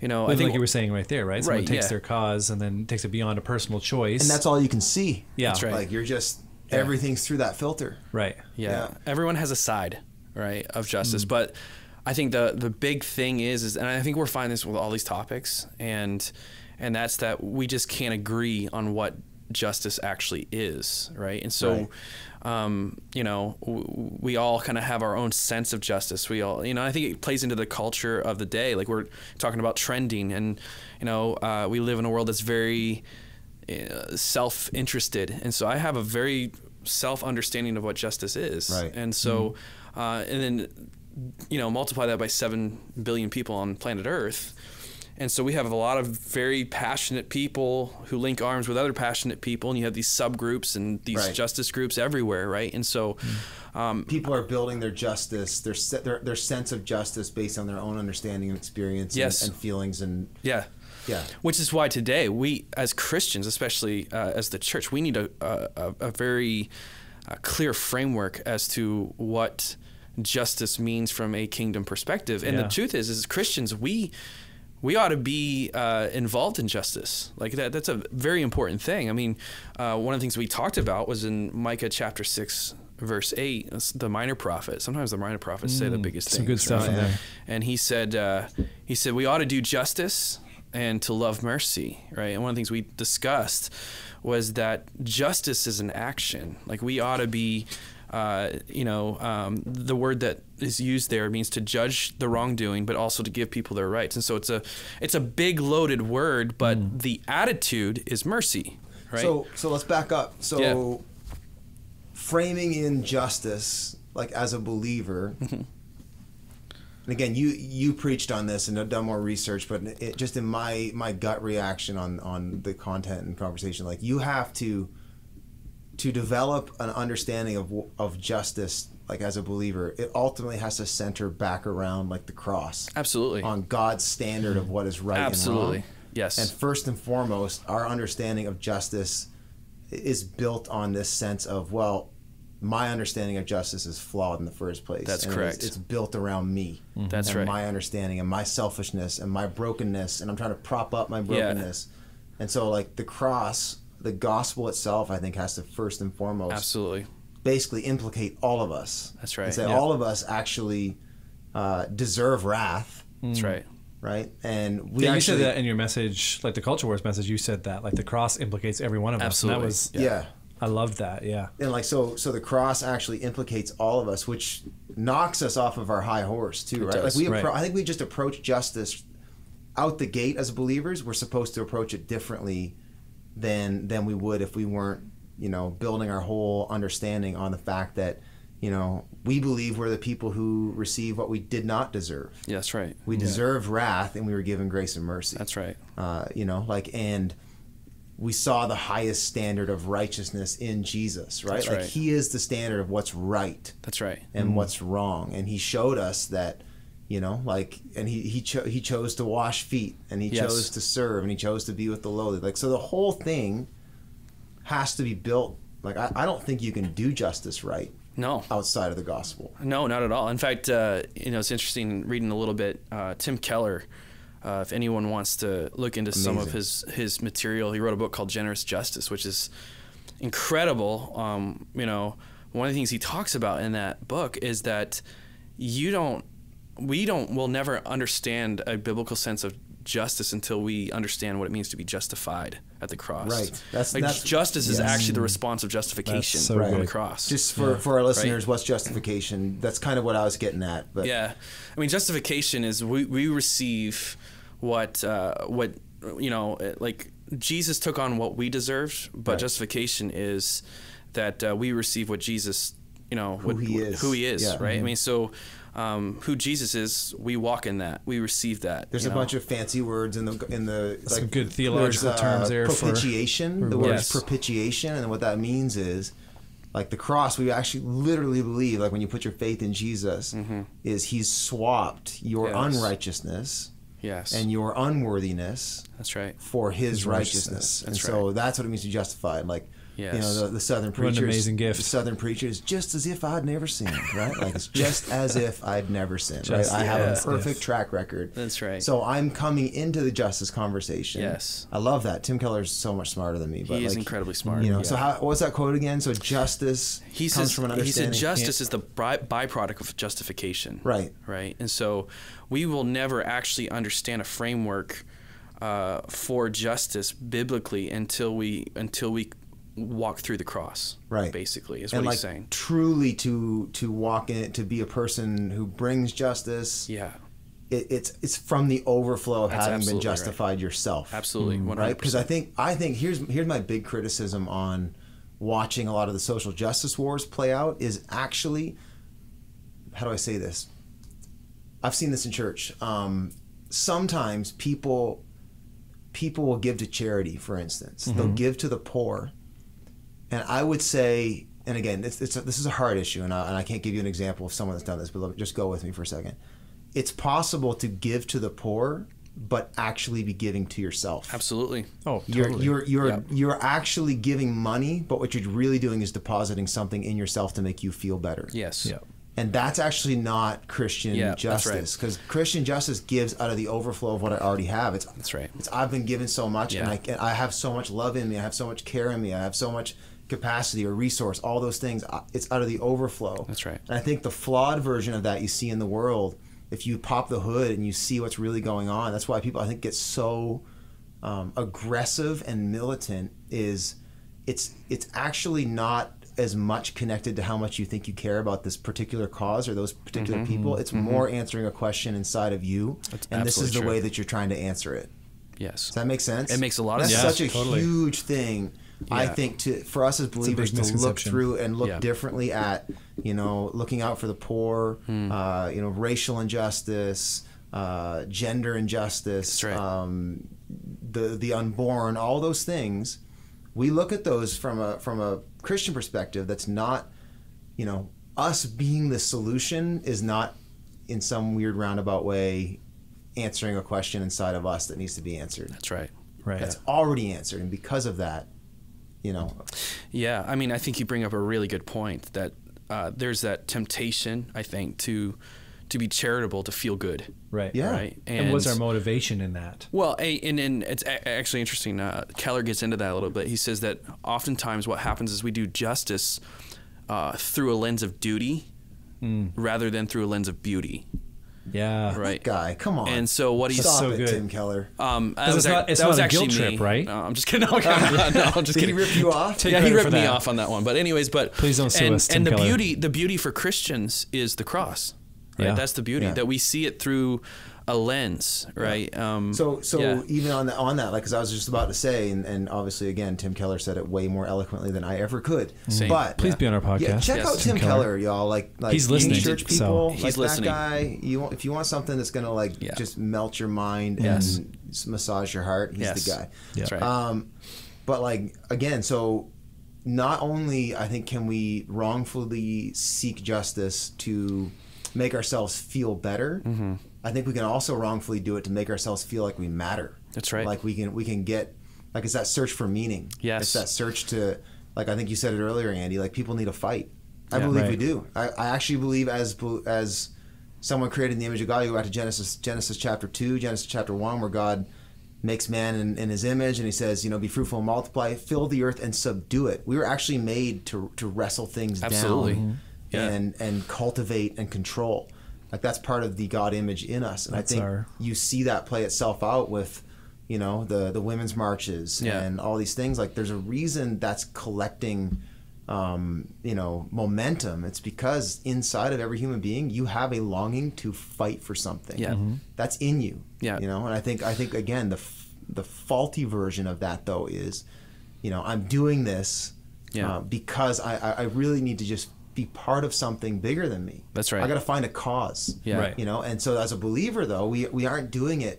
you know, I I think think like you were saying right there, right? Someone Right, takes yeah. their cause and then takes it beyond a personal choice. And that's all you can see. Yeah. That's right. Like you're just everything's through that filter. right. yeah. Yeah. Everyone has a side, right, of justice. But I think the the big thing is is and I think we're finding this with all these topics and and that's that we just can't agree on what justice actually is, right? And so um, you know, w- w- we all kind of have our own sense of justice. We all, you know, I think it plays into the culture of the day. Like we're talking about trending, and you know, uh, we live in a world that's very uh, self-interested, and so I have a very self-understanding of what justice is, Right. Mm-hmm. and so, uh, and then, you know, multiply that by seven billion people on planet Earth. And so we have a lot of very passionate people who link arms with other passionate people, and you have these subgroups and these Right. Mm-hmm. justice justice groups everywhere, right? And so, um, People are building their justice, their se- their, their sense of justice based on their own understanding and experience and- Yes. and feelings and yeah, yeah. which is why today we, as Christians, especially uh, as the church, we need a a, a very uh, clear framework as to what justice means from a kingdom perspective. And Yeah. the truth is, as Christians, we we ought to be uh, involved in justice. Like that, that's a very important thing. I mean, uh, one of the things we talked about was in Micah chapter six. Verse eight, it's the minor prophet. Sometimes the minor prophets say the biggest Mm, some good things. stuff in there. and he said uh, he said we ought to do justice and to love mercy right and one of the things we discussed was that justice is an action like we ought to be uh, you know um, the word that is used there means to judge the wrongdoing but also to give people their rights and so it's a it's a big loaded word but the attitude is mercy right So so let's back up. So framing in justice like as a believer. Mm-hmm. and again, you you preached on this and have done more research, but it, just in my my gut reaction on on the content and conversation, like you have to to develop an understanding of w- of justice like as a believer it ultimately has to center back around like the cross Absolutely. on god's standard of what is right and Absolutely. wrong Yes. and first and foremost, our understanding of justice is built on this sense of, well, my understanding of justice is flawed in the first place. That's And it was- correct. Mm-hmm. it's built around me. That's and right. My understanding and my selfishness and my brokenness, and I'm trying to prop up my brokenness. And so, like the cross, the gospel itself, I think, has to first and foremost absolutely basically implicate all of us. That's right. And say Yeah. all of us actually uh, deserve wrath, that's right right? And we Yeah, you actually said that in your message, like the culture wars message. You said that, like the cross implicates every one of Absolutely. us. And that was, yeah. I loved that. Yeah, and like so so the cross actually implicates all of us which knocks us off of our high horse too right does, like we right. appro- i think we just approach justice out the gate as believers we're supposed to approach it differently than than we would if we weren't you know, building our whole understanding on the fact that, you know, we believe we're the people who receive what we did not deserve. Yeah, that's right. We deserved wrath, and we were given grace and mercy. That's right. Uh, you know, like and we saw the highest standard of righteousness in Jesus, right? That's like right. Mm. he is the standard of what's right That's right. and what's wrong and he showed us that you know like and he he, cho- he chose to wash feet and he Yes. chose to serve and he chose to be with the lowly like so the whole thing has to be built like i, I don't think you can do justice right No. outside of the gospel No, not at all. In fact, uh, you know, it's interesting reading a little bit. Uh, Tim Keller, uh, if anyone wants to look into some of his his material, he wrote a book called Generous Justice, which is incredible. Um, you know, one of the things he talks about in that book is that you don't, we don't, will never understand a biblical sense of justice until we understand what it means to be justified at the cross. Right. That's- like that's- justice is yes. actually the response of justification so on the good. cross. just for for our listeners what's justification that's kind of what i was getting at but Yeah, I mean, justification is we, we receive what uh, what you know uh, like Jesus took on what we deserved, but Right. justification is that uh, we receive what Jesus you know who he is. who he is Yeah. Mm-hmm. right. I mean, so um, who Jesus is, we walk in that, we receive that. there's you a know? bunch of fancy words in the in the like, some good there's, uh, theological terms there for- Propitiation. the word Yes. is propitiation, and what that means is, like the cross. We actually literally believe, like when you put your faith in Jesus, Mm-hmm. is He's swapped your Yes. unrighteousness yes, and your unworthiness that's right. for His, righteousness. That's and so that's what it means to justify. And like. You Yes. know the, the southern preachers. amazing gift. The southern preachers, just as if I'd never sinned, right? Like it's just as if I'd never sinned. Right? Just I have a as if. perfect track record. That's right. So I'm coming into the justice conversation. Yes. I love that. Tim Keller's so much smarter than me. But He is like, incredibly smart, You know. yeah. So how, what was that quote again? So justice he comes says from an he said understanding. justice is the by, byproduct of justification. Right. Right. And so we will never actually understand a framework uh, for justice biblically until we until we walk through the cross. Right. Basically, is and what like he's saying. truly to to walk in to be a person who brings justice. Yeah. It, it's it's from the overflow of That's having been absolutely right. justified yourself. Absolutely. One Mm, right hundred because percent. i think i think here's here's my big criticism on watching a lot of the social justice wars play out is actually how do i say this i've seen this in church um, sometimes people people will give to charity for instance they'll Mm-hmm. give to the poor and i would say and again it's, it's this is a hard issue and I, and I can't give you an example of someone that's done this but let, just go with me for a second it's possible to give to the poor but actually be giving to yourself Absolutely. Oh, you're totally. you're you're Yep. you're actually giving money, but what you're really doing is depositing something in yourself to make you feel better. Yes. yeah. And that's actually not Christian Yeah, that's right. justice because Christian justice gives out of the overflow of what I already have. It's That's right. It's I've been given so much, and Yeah. I can, I have so much love in me. I have so much care in me. I have so much capacity or resource. All those things. I- It's out of the overflow. That's right. And I think the flawed version of that you see in the world, if you pop the hood and you see what's really going on, that's why people I think get so um, aggressive and militant. Is it's it's actually not as much connected to how much you think you care about this particular cause or those particular Mm-hmm. people. It's more answering a question inside of you, and this is absolutely the true. way that you're trying to answer it. Yes. Does that make sense? It makes a lot of That's sense. such a Yeah, totally. huge thing. I Yeah. think to for us as believers to look misconception. through and look Yeah. differently at you know looking out for the poor, Hmm. uh, you know racial injustice, uh, gender injustice, That's right. um, the the unborn, all those things. We look at those from a from a Christian perspective. That's not you know us being the solution is not in some weird roundabout way answering a question inside of us that needs to be answered That's right. Right. that's already answered and because of that you know Yeah, I mean, I think you bring up a really good point that uh, there's that temptation, I think, to to be charitable, to feel good. Right. Yeah. Right. And, what's our motivation in that? Well, a, and, and it's a- actually interesting. Uh, Keller gets into that a little bit. He says that oftentimes what happens is we do justice uh, through a lens of duty Hmm. rather than through a lens of beauty. Yeah. Right. guy come on And so what he's stop so it good. tim keller um, that Because it's was ac- not- it's that not was a actually guilt trip, me. right? No, I'm just kidding. No, I'm just did he kidding rip you off Take- yeah, he credit ripped for me that. off on that one. But anyways, but Please don't sue and, us, Tim And the Keller. beauty, the beauty for Christians is the cross. Right? Yeah. That's the beauty Yeah. that we see it through a lens, right? Um, So, so yeah. even on that, on that, like, because I was just about to say, and, and obviously, again, Tim Keller said it way more eloquently than I ever could. Same. But Please be on our podcast. Yeah, check Yes. out Tim, Tim Keller. Keller. y'all. Like, like He's listening, Church people, so- like He's listening. That guy, you want, if you want something that's gonna like Yeah. just melt your mind Yes. and s- massage your heart, he's Yes. the guy. That's Yeah. right. Um, but like again, so not only I think can we wrongfully seek justice to make ourselves feel better, Mm-hmm. I think we can also wrongfully do it to make ourselves feel like we matter. That's right. Like we can we can get like it's that search for meaning. Yes. It's that search to like I think you said it earlier, Andy. Like people need a fight. I Yeah. believe we Right. do. I, I actually believe as as someone created in the image of God, you go back to Genesis Genesis chapter two, Genesis chapter one, where God makes man in, in his image and he says, you know, be fruitful and multiply, fill the earth and subdue it. We were actually made to to wrestle things Absolutely. down Mhm. Yeah. and and cultivate and control. Like that's part of the God image in us. And That's I think our- you see that play itself out with you know the the women's marches Yeah. and all these things like there's a reason that's collecting um, you know momentum it's because inside of every human being you have a longing to fight for something Yeah. Mhm. that's in you Yeah. you know and i think i think again the f- the faulty version of that though is you know i'm doing this Yeah. uh, because I, I i really need to just be part of something bigger than me That's right. i gotta find a cause Yeah. Right. you know and so as a believer though we we aren't doing it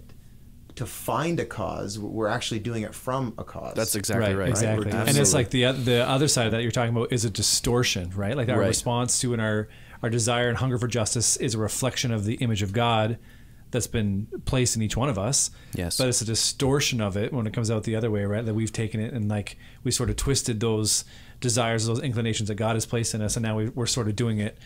to find a cause we're actually doing it from a cause That's exactly right. Exactly. We're And it's absolutely- like the oth- the other side of that you're talking about is a distortion, right? Like our Right. response to and our our desire and hunger for justice is a reflection of the image of God that's been placed in each one of us. Yes. But it's a distortion of it when it comes out the other way, right? That we've taken it and like we sort of twisted those desires, those inclinations that God has placed in us, and now we, we're sort of doing it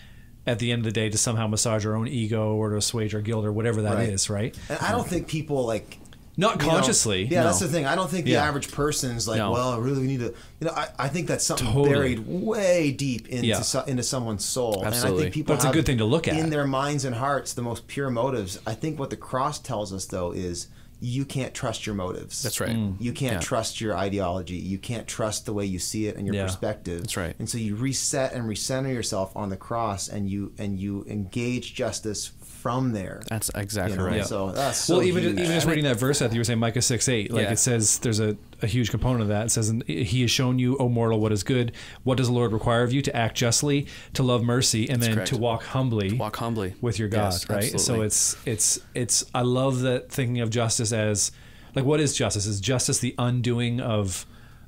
at the end of the day to somehow massage our own ego or to assuage our guilt or whatever that is, Right. right? and i don't think people like Not you know- consciously. yeah no. that's the thing i don't think the Yeah. average person's like No. well i really need to you know i, I think that's something Totally. buried way deep into Yeah. so, into someone's soul and i Absolutely. think people But it's a have good thing to look at. in their minds and hearts the most pure motives i think what the cross tells us though is you can't trust your motives That's right. Mm. you can't Yeah. trust your ideology you can't trust the way you see it and your Yeah. perspective That's right. and so you reset and recenter yourself on the cross and you and you engage justice from there That's you exactly know? right. so that's so well, even huge. even just I reading that verse out that you were saying, Micah six eight, like Yeah. it says, there's a, a huge component of that. It says, "And "He has shown you, O mortal, what is good. What does the Lord require of you? To act justly, to love mercy, and then correct. to walk humbly, Walk humbly. with your God, Yes, right? So absolutely. it's it's it's. I love that thinking of justice as, like, what is justice? Is justice the undoing of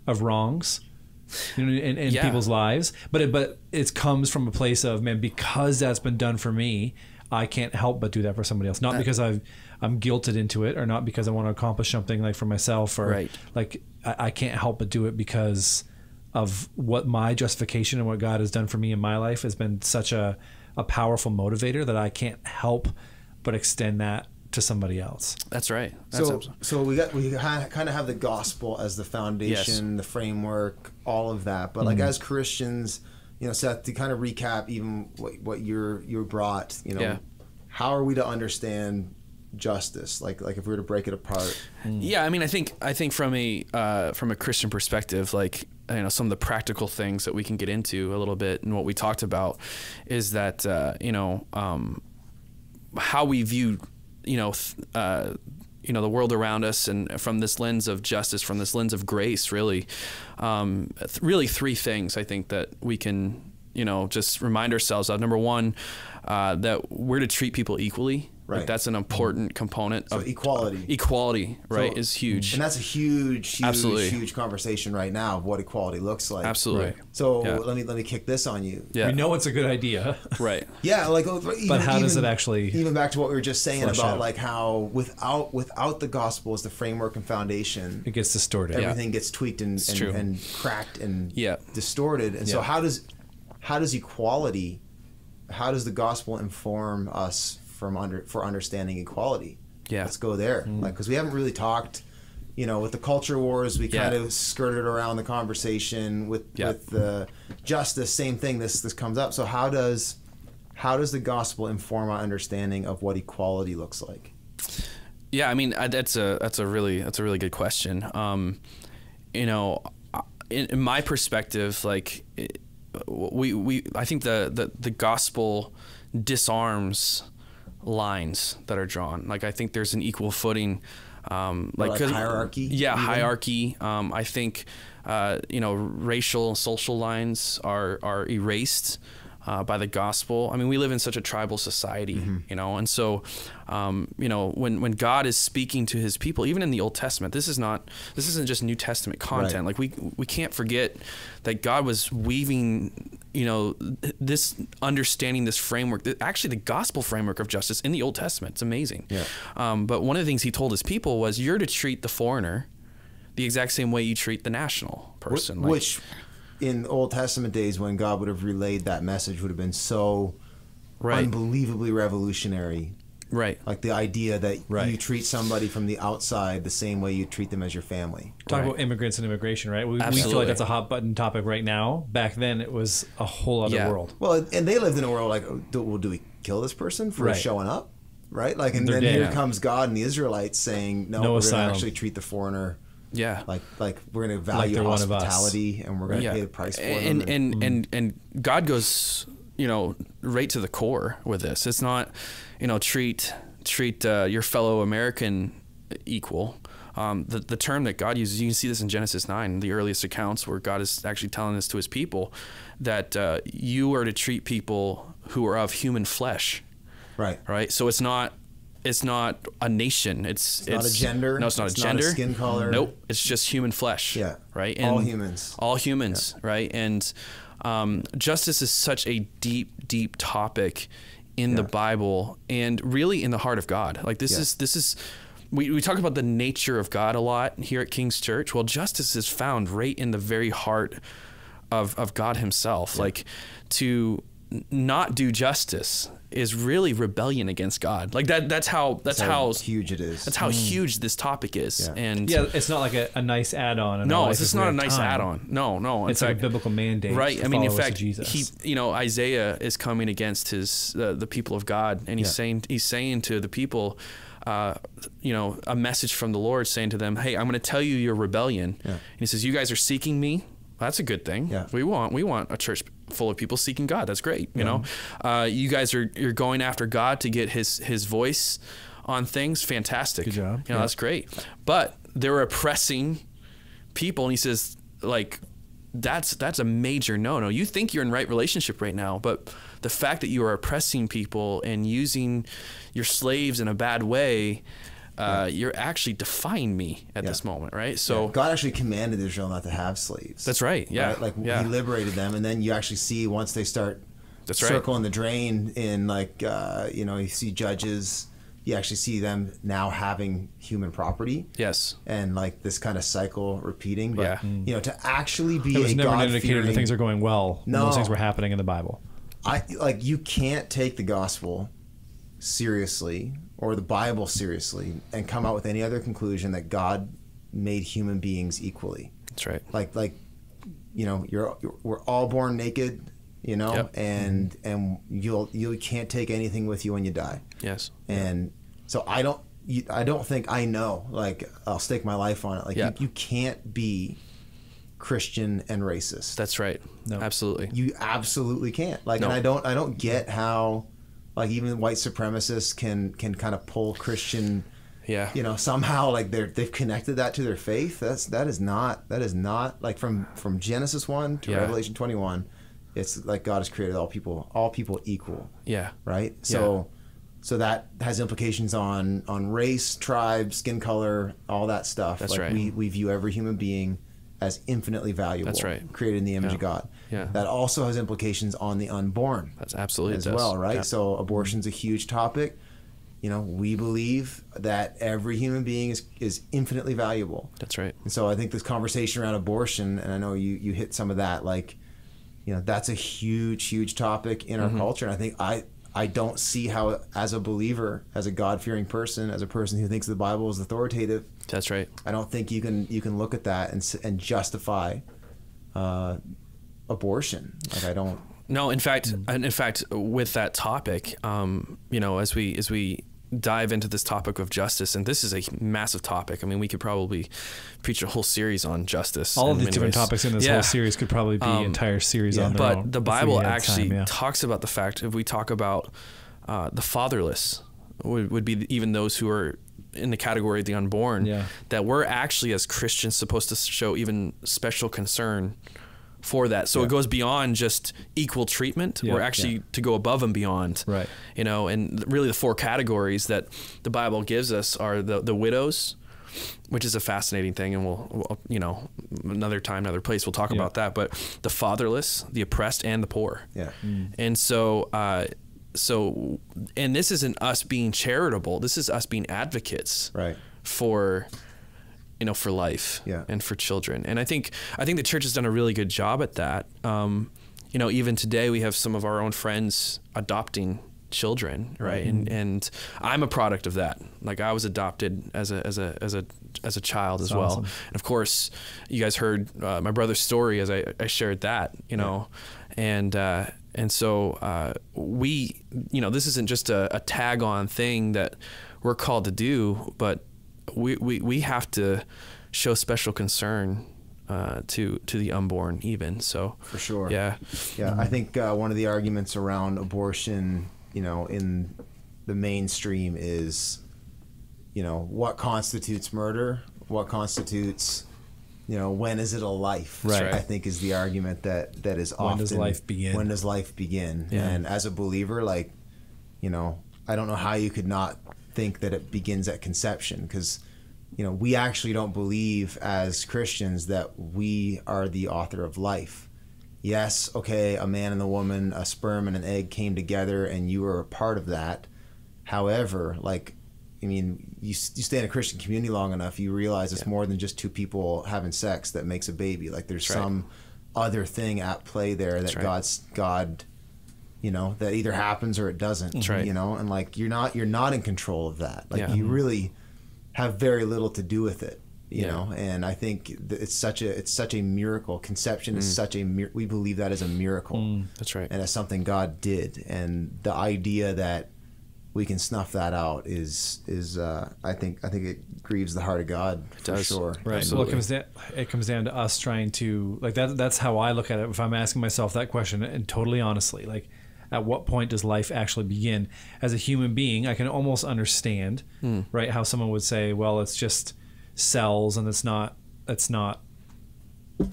of wrongs? You know, in, in Yeah. people's lives, but it, but it comes from a place of man because that's been done for me. I can't help but do that for somebody else, not because I've I'm guilted into it, or not because I want to accomplish something like for myself, or Right. like I, I can't help but do it because of what my justification and what God has done for me in my life has been such a a powerful motivator that I can't help but extend that to somebody else. That's right. That's so, abs- so we got we ha- kind of have the gospel as the foundation, the framework, all of that. But Mm-hmm. like as Christians, you know, Seth, to kind of recap even what what you're you brought, you know, Yeah. how are we to understand justice? Like like if we were to break it apart, Yeah, I mean, I think I think from a uh, from a Christian perspective, like you know, some of the practical things that we can get into a little bit, and what we talked about is that uh, you know um, how we view you know th- uh, you know the world around us, and from this lens of justice, from this lens of grace, really, um, th- really three things I think that we can you know just remind ourselves of. Number one, uh, that we're to treat people equally. Like, Right. that's an important component So of uh, equality. equality, right, So- is huge. and that's a huge, huge, Absolutely. huge conversation right now of what equality looks like. Absolutely. Right. So Yeah. let me let me kick this on you. yeah. We know it's a good idea. Right. Yeah, like oh, even, how does even- it actually even back to what we were just saying flesh about out? like how without without the gospel as the framework and foundation, It gets distorted. everything gets tweaked and and, true. and cracked and Yeah. distorted. And so Yeah. how does how does equality how does the gospel inform us from under for understanding equality? Yeah. Mm-hmm. Let's go there. Like cuz we haven't really talked you know, with the culture wars, we Yeah. kind of skirted around the conversation with Yeah. with the justice. Same thing. This this comes up. So how does how does the gospel inform our understanding of what equality looks like? Yeah, I mean I, that's a that's a really that's a really good question. Um, you know, I- in, in my perspective, like it, we we I think the the, the gospel disarms lines that are drawn. Like I think there's an equal footing, um, like, like 'cause- hierarchy, Yeah, even? hierarchy. Um, I think uh, you know racial social lines are are erased. Uh, by the gospel, I mean, we live in such a tribal society, you know, and so, um, you know, when when God is speaking to His people, even in the Old Testament, this is not this isn't just New Testament content. Like we we can't forget that God was weaving, you know, th- this understanding, this framework, th- actually the gospel framework of justice in the Old Testament. It's amazing. Yeah. Um, but one of the things he told his people was, you're to treat the foreigner the exact same way you treat the national person. Like, Which, in Old Testament days, when God would have relayed that message, would have been so Right. unbelievably revolutionary. right. Like the idea that Right. you treat somebody from the outside the same way you treat them as your family. Talk Right. about immigrants and immigration, right? We, we feel Absolutely. like that's a hot button topic right now. Back then, it was a whole other Yeah. world. Well, and they lived in a world like, oh, do, well, do we kill this person for Right. showing up? Right? Like, and They're then dead. here Yeah. comes God and the Israelites saying, no, No we're going to asylum. actually treat the foreigner yeah. like like we're going to value they're one of us. hospitality and we're going to pay the price for them. mm. and, And and, and and God goes, you know, right to the core with this. It's not, you know, treat treat uh, your fellow American equal. Um, the, the term that God uses, you can see this in Genesis 9, the earliest accounts where God is actually telling this to his people, that uh, you are to treat people who are of human flesh right. right? So it's not it's not a nation. It's it's, not a gender. No, it's not It's a not a gender. skin color. Nope. It's just human flesh. Yeah. Right. All humans. All humans. Right. And um, justice is such a deep, deep topic in the Bible and really in the heart of God. Like this Yeah. is this is. We, we talk about the nature of God a lot here at King's Church. Well, justice is found right in the very heart of, of God Himself. Like to n- not do justice is really rebellion against God. Like that that's how that's how huge it is. Mm. that's how huge this topic is. Yeah. And Yeah, it's not like a, a nice add-on. in our no, life it's if just we not a have nice time. add-on. No, no. in It's like a fact- biblical mandate, Right. for I mean, in followers of fact, Jesus. he, you know, Isaiah is coming against his uh, the people of God, and he's Yeah. saying he's saying to the people, uh, you know, a message from the Lord, saying to them, "Hey, I'm going to tell you your rebellion." And he says, "You guys are seeking me. That's a good thing. Yeah. We want we want a church full of people seeking God. That's great. You know, uh, you guys are you're going after God to get His His voice on things. Fantastic. Good job. You know, that's great. But they're oppressing." people and he says like that's that's a major no no you think you're in right relationship right now but the fact that you are oppressing people and using your slaves in a bad way uh, you're actually defying me at Yeah. this moment right so God actually commanded Israel not to have slaves. That's right, yeah, Like yeah. he liberated them, and then you actually see once they start That's right. circling the drain in like uh, you know you see judges, you actually see them now having human property. yes And like this kind of cycle repeating, but Yeah. Mm. you know, to actually be It was a never an God indicator that things are going well when No. those things were happening in the Bible. I like you can't take the gospel seriously or the Bible seriously and come out with any other conclusion that God made human beings equally. that's right Like like you know, you're, you're we're all born naked, you know, Yep. and and you'll you can't take anything with you when you die. yes And so I don't you, I don't think I know. Like I'll stake my life on it. Like Yeah. you, you can't be Christian and racist that's right No. absolutely you absolutely can't like and No. i don't i don't get how like even white supremacists can can kind of pull christian yeah you know somehow like they're they've connected that to their faith that's that is not that is not like from from genesis 1 to Yeah. revelation 21 it's like god has created all people all people equal yeah right so so that has implications on on race tribe skin color all that stuff That's like right. we, we view every human being as infinitely valuable That's right. created in the image of Yeah. god Yeah. that also has implications on the unborn that's absolutely as it does. well right Yeah. so abortion's a huge topic you know we believe that every human being is is infinitely valuable that's right and so I think this conversation around abortion, and I know you you hit some of that, like, you know, that's a huge, huge topic in Mm-hmm. our culture. And I think I I don't see how, as a believer, as a God fearing person, as a person who thinks the Bible is authoritative, that's right I don't think you can you can look at that and s- and justify uh, abortion. Like I don't. No, in fact, Mm. and in fact, with that topic, um, you know, as we as we dive into this topic of justice, and this is a massive topic. I mean, we could probably preach a whole series on justice. All in of these many different ways. topics in this Yeah. whole series could probably be Um, entire series yeah. on their But own. the if we Bible had time, actually yeah. talks about the fact if we talk about uh, the fatherless, would, would be even those who are in the category of the unborn Yeah. that we're actually as Christians supposed to show even special concern for that. So it goes beyond just equal treatment. Yeah, We're actually to go above and beyond. Right. You know, and th- really the four categories that the Bible gives us are the the widows, which is a fascinating thing, and we'll, we'll you know another time, another place we'll talk Yeah. about that. But the fatherless, the oppressed, and the poor. Yeah. Mm. And so, uh, so, and this isn't us being charitable. This is us being advocates Right. for you know for life Yeah. and for children and i think i think the church has done a really good job at that um, you know even today we have some of our own friends adopting children right and and i'm a product of that like i was adopted as a as a as a as a child as well awesome. and of course you guys heard uh, my brother's story as i, I shared that you know and uh and so uh, we, you know, this isn't just a, a tag-on thing that we're called to do, but we, we, we have to show special concern uh, to to the unborn even so For sure. yeah Yeah, Mm-hmm. I think uh, one of the arguments around abortion, you know, in the mainstream is, you know, what constitutes murder? What constitutes, you know, when is it a life? Right. I think is the argument that that is often. When does life begin? When does life begin? Yeah. And as a believer, like, you know, I don't know how you could not think that it begins at conception because. You know, we actually don't believe as Christians that we are the author of life yes, okay, a man and a woman, a sperm and an egg came together and you were a part of that. However, like, I mean, you, s- you stay in a Christian community long enough, you realize it's more than just two people having sex that makes a baby. Like, there's That's right. some other thing at play there that right. God's God, you know, that either happens or it doesn't. That's right. You know, and like you're not you're not in control of that. Like Yeah. Mm-hmm. you really have very little to do with it you Yeah. know and i think th- it's such a it's such a miracle conception Mm. is such a mir- we believe that as a miracle that's right and as something god did and the idea that we can snuff that out is is uh i think i think it grieves the heart of god for does. sure Right. Absolutely. Well, it comes down. It comes down to us trying to like that. That's how I look at it. If I'm asking myself that question, and totally honestly, like, at what point does life actually begin? As a human being, I can almost understand, right, how someone would say, "Well, it's just cells, and it's not. It's not."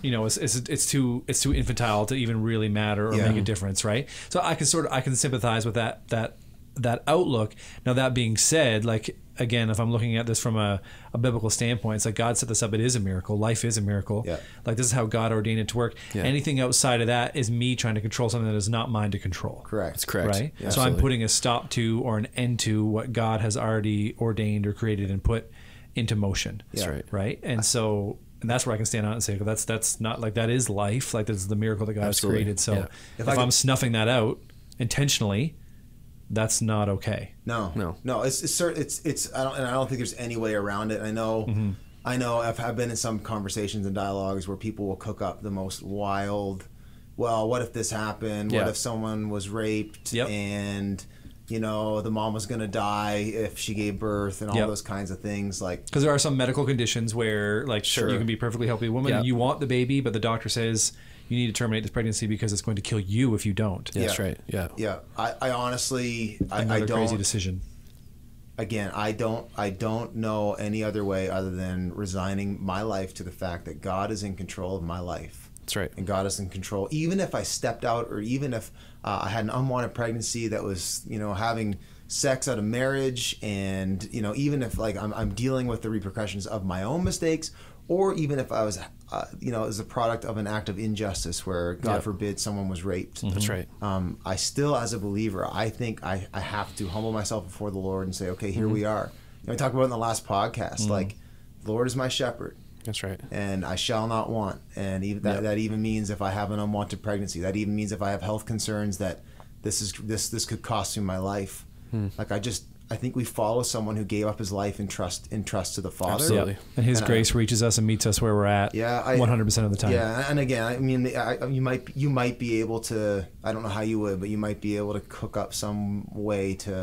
You know, it's, it's it's too it's too infantile to even really matter or Yeah. make a difference, right? So I can sort of I can sympathize with that that that outlook. Now that being said, like again, if I'm looking at this from a, a biblical standpoint, it's like God set this up. It is a miracle. Life is a miracle. Yeah. Like this is how God ordained it to work. Yeah. Anything outside of that is me trying to control something that is not mine to control. correct that's correct Right. Yeah, so I'm absolutely. putting a stop to or an end to what God has already ordained or created and put into motion. That's right. Right. And so and that's where I can stand out and say, that's that's not like that is life. Like that's the miracle that God Absolutely. has created. So Yeah. if, I could- I'm snuffing that out intentionally, that's not okay. No, No. no. It's it's cer- it's, it's I don't and I don't think there's any way around it. I know, Mm-hmm. I know. I've, I've been in some conversations and dialogues where people will cook up the most wild. Well, what if this happened? What Yeah. if someone was raped Yep. and you know the mom was gonna die if she gave birth and all Yep. those kinds of things? Like Because there are some medical conditions where, like, sure, you can be a perfectly healthy woman Yeah. and you want the baby, but the doctor says you need to terminate this pregnancy because it's going to kill you if you don't. yeah, that's Yeah. right yeah, yeah, I, I honestly I, I Another don't crazy decision. again i don't i don't know any other way other than resigning my life to the fact that god is in control of my life That's right. and god is in control even if i stepped out or even if uh, i had an unwanted pregnancy that was you know having sex out of marriage and you know even if like i'm, I'm dealing with the repercussions of my own mistakes or even if i was uh, you know as a product of an act of injustice where god Yeah. forbid someone was raped that's right um, I still, as a believer, I think I, I have to humble myself before the Lord and say, okay, here we Mm-hmm. are. And we talked about it in the last podcast, like, the Lord is my shepherd that's right and I shall not want. And even that, Yep. that even means if I have an unwanted pregnancy, that even means if I have health concerns that this is this this could cost me my life. Hmm. Like I just I think we follow someone who gave up his life in trust in trust to the Father. Absolutely. Yeah. And His And I- grace reaches us and meets us where we're at. Yeah, I- 100% of the time. Yeah, and again, I mean, I, you might you might be able to. I don't know how you would, but you might be able to cook up some way to,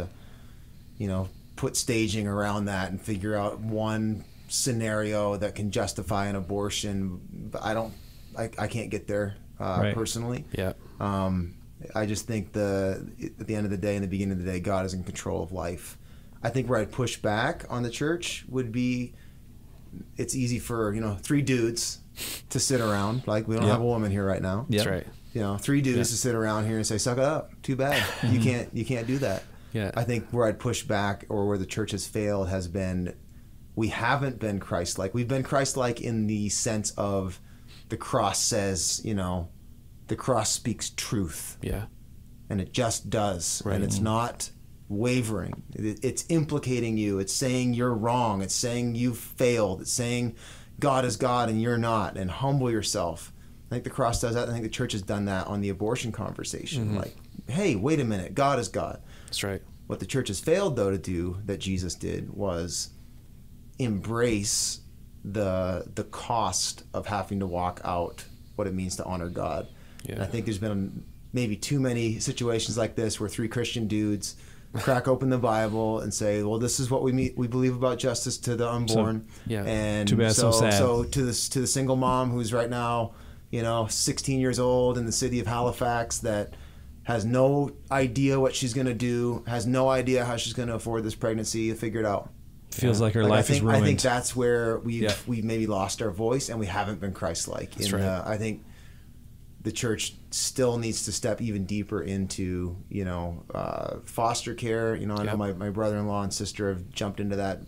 you know, put staging around that and figure out one scenario that can justify an abortion. But I don't. I, I can't get there uh, Right. personally. yeah Um, I just think the at the end of the day, in the beginning of the day, God is in control of life. I think where I'd push back on the church would be it's easy for, you know, three dudes to sit around. Like, we don't Yeah. have a woman here right now. Yeah. That's right. You know, three dudes to sit around here and say, suck it up. Too bad. you can't, you can't do that. Yeah. I think where I'd push back or where the church has failed has been we haven't been Christ like. We've been Christ like in the sense of the cross says, you know, the cross speaks truth Yeah. and it just does and it's not wavering It- it's implicating you it's saying you're wrong it's saying you've failed it's saying god is god and you're not and humble yourself i think the cross does that i think the church has done that on the abortion conversation like hey wait a minute god is god That's right. what the church has failed, though, to do that Jesus did was embrace the the cost of having to walk out what it means to honor God. Yeah. And I think there's been maybe too many situations like this where three Christian dudes crack open the Bible and say, "Well, this is what we meet, we believe about justice to the unborn." yeah. And Too bad, so so sad. so to this to the single mom who's right now, you know, 16 years old in the city of Halifax that has no idea what she's going to do, has no idea how she's going to afford this pregnancy to figure it out. Feels like her Like, life I think, is ruined. I think that's where we Yeah. have we maybe lost our voice and we haven't been Christ-like. That's in right. the- I think the church still needs to step even deeper into you know uh, foster care. You know, I know Yep. my, my brother-in-law and sister have jumped into that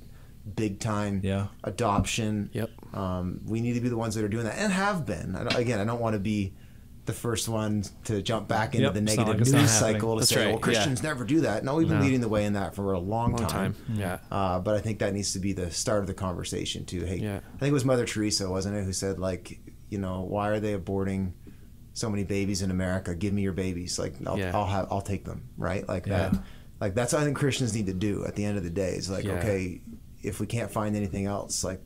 big time. Yeah. Adoption. Yep. Um, we need to be the ones that are doing that and have been. I don't- again, I don't want to be the first one to jump back into Yep, the it's negative not like it's news not happening. cycle to That's say, right, well, yeah. Christians never do that. No, we've been No. leading the way in that for a long, Long time. Yeah. uh, but I think that needs to be the start of the conversation too. Hey, Yeah. I think it was Mother Teresa, wasn't it, who said like, you know, why are they aborting so many babies in America? Give me your babies. Like, I'll, Yeah. I'll have, I'll take them. Right, like Yeah. that. Like that's what I think Christians need to do at the end of the day. Is like, Yeah. okay, if we can't find anything else, like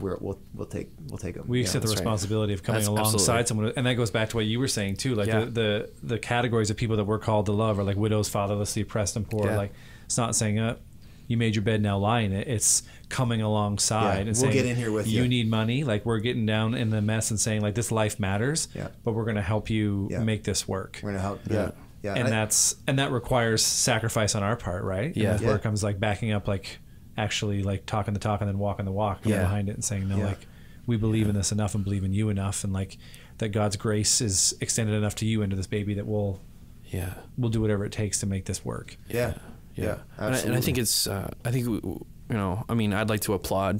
we're, we'll we'll take we'll take them. we accept the that's right. responsibility of coming That's alongside absolutely. someone, and that goes back to what you were saying too. Like Yeah. the, the the categories of people that we're called to love are like widows, fatherless, the oppressed, and poor. Yeah. Like it's not saying, "Uh, you made your bed, now lie in it." It's coming alongside Yeah, and we'll saying, get in here with you." need money." Like we're getting down in the mess and saying, "Like this life matters," Yeah. but we're going to help you Yeah. make this work. We're gonna help. Yeah, yeah. and I- that's and that requires sacrifice on our part, right? And Yeah. that's where Yeah. it comes like backing up, like actually like talking the talk and then walking the walk coming Yeah. behind it and saying no, Yeah. like we believe in this enough and believe in you enough and like that God's grace is extended enough to you into this baby that we'll Yeah. we'll do whatever it takes to make this work. yeah, yeah. and, I, and I think it's uh, I think we- we- you know I mean I'd like to applaud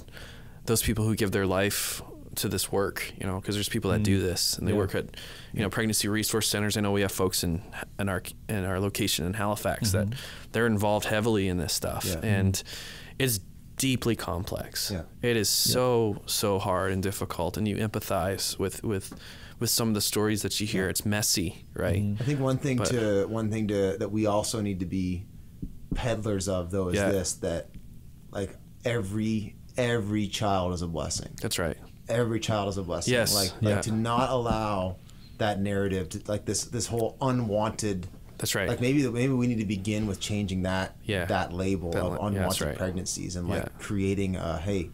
those people who give their life to this work you know because there's people that Mm. do this and they Yeah. work at you know pregnancy resource centers I know we have folks in in our in our location in Halifax that they're involved heavily in this stuff Mm-hmm. Yeah. Mm-hmm. and it's deeply complex Yeah. it is so so hard and difficult and you empathize with with with some of the stories that you hear it's messy right I think one thing But- to one thing to that we also need to be peddlers of though is Yeah. this that like every every child is a blessing. that's right Every child is a blessing. Yes, Like, like yeah. to not allow that narrative to like this this whole unwanted that's right like maybe maybe we need to begin with changing that Yeah. that label That of li- yeah, unwanted that's right. pregnancies and like Yeah. creating a hey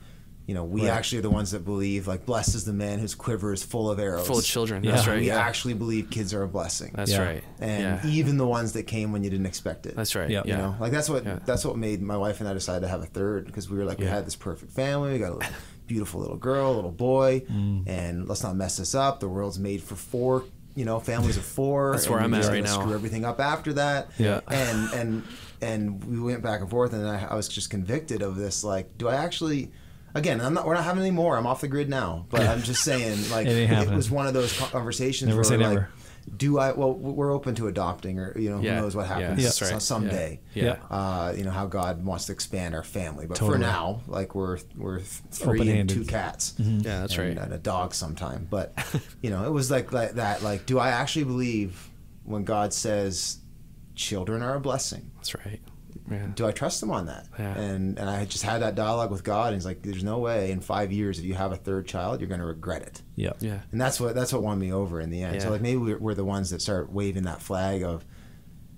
you know we Right. actually are the ones that believe like blessed is the man whose quiver is full of arrows full of children Yeah. that's right we yeah. actually believe kids are a blessing That's Yeah. right. and yeah. even the ones that came when you didn't expect it. That's right. Yeah. Yeah. You You know, like that's what Yeah. that's what made my wife and I decide to have a third because we were like we Yeah. had this perfect family, we got a little- beautiful little girl, little boy, Mm. and let's not mess this up. The world's made for four, you know, families of four. That's and where we're I'm at just right gonna now. Screw everything up after that. Yeah. and and and we went back and forth, and I, I was just convicted of this. Like, do I actually? Again, I'm not. We're not having any more. I'm off the grid now. But I'm just saying, like, It ain't happening. was one of those conversations Never where say like, never. do I? Well, we're open to adopting, or you know, Yeah. who knows what Yeah. happens Yeah. so- That's right. someday. Yeah. Yeah. Uh, you know how God wants to expand our family, but Totally. for now, like we're we're th- three Open-handed. Mm-hmm. and two cats. Yeah, that's and, right. And a dog sometime, but you know, it was like, like that. Like, do I actually believe when God says children are a blessing? That's right. Yeah. Do I trust him on that? Yeah. And and I just had that dialogue with God, and he's like, "There's no way in five years if you have a third child, you're going to regret it." Yeah. Yeah. and that's what that's what won me over in the end. Yeah. So like maybe we're, we're the ones that start waving that flag of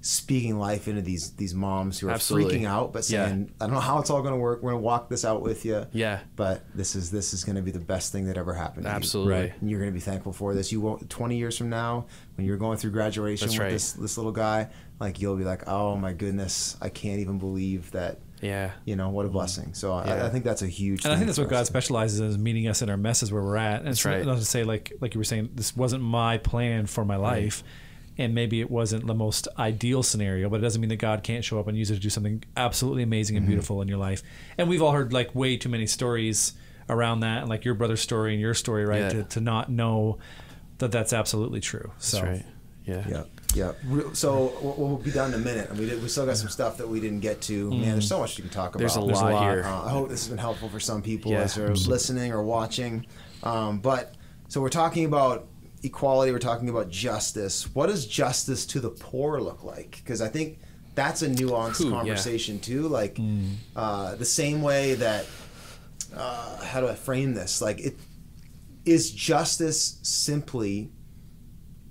speaking life into these these moms who are Absolutely. freaking out, but Yeah. saying, "I don't know how it's all going to work. We're going to walk this out with you." Yeah. But this is this is going to be the best thing that ever happened. to you. Absolutely. Right. And you're going to be thankful for this. You won't. Twenty years from now, when you're going through graduation That's with right. this this little guy, like you'll be like, "Oh my goodness, I can't even believe that." Yeah. you know what a blessing so I, Yeah. I think that's a huge And I thing think that's what for God us. specializes in, is meeting us in our messes where we're at. And it's right. not to say like like you were saying, this wasn't my plan for my life. And maybe it wasn't the most ideal scenario, but it doesn't mean that God can't show up and use it to do something absolutely amazing Mm-hmm. and beautiful in your life. And we've all heard like way too many stories around that, and like your brother's story and your story, right? Yeah. To, to not know that that's absolutely true. So That's right. Yeah. yeah yeah Re- so we'll, we'll be done in a minute and we did, we still got some stuff that we didn't get to man there's so much you can talk Mm. There's a about lot, lot. here. Uh, I hope this has been helpful for some people Yeah. as they're listening or watching. Um, but so we're talking about equality. We're talking about justice. What does justice to the poor look like? Because I think that's a nuanced Ooh, yeah. Hmm. conversation too. Like uh, the same way that uh, how do I frame this? Like it is justice simply,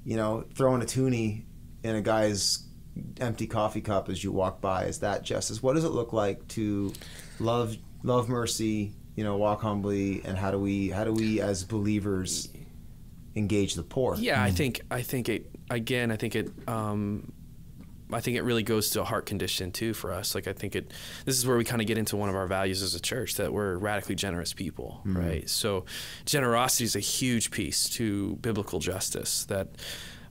you know, throwing a toonie in a guy's empty coffee cup as you walk by is that justice what does it look like to love love mercy you know walk humbly and how do we how do we as believers engage the poor Yeah, I think I think it again. I think it. Um, I think it really goes to a heart condition too for us. Like I think it. This is where we kind of get into one of our values as a church that we're radically generous people, Mm-hmm. right? So, generosity is a huge piece to biblical justice. That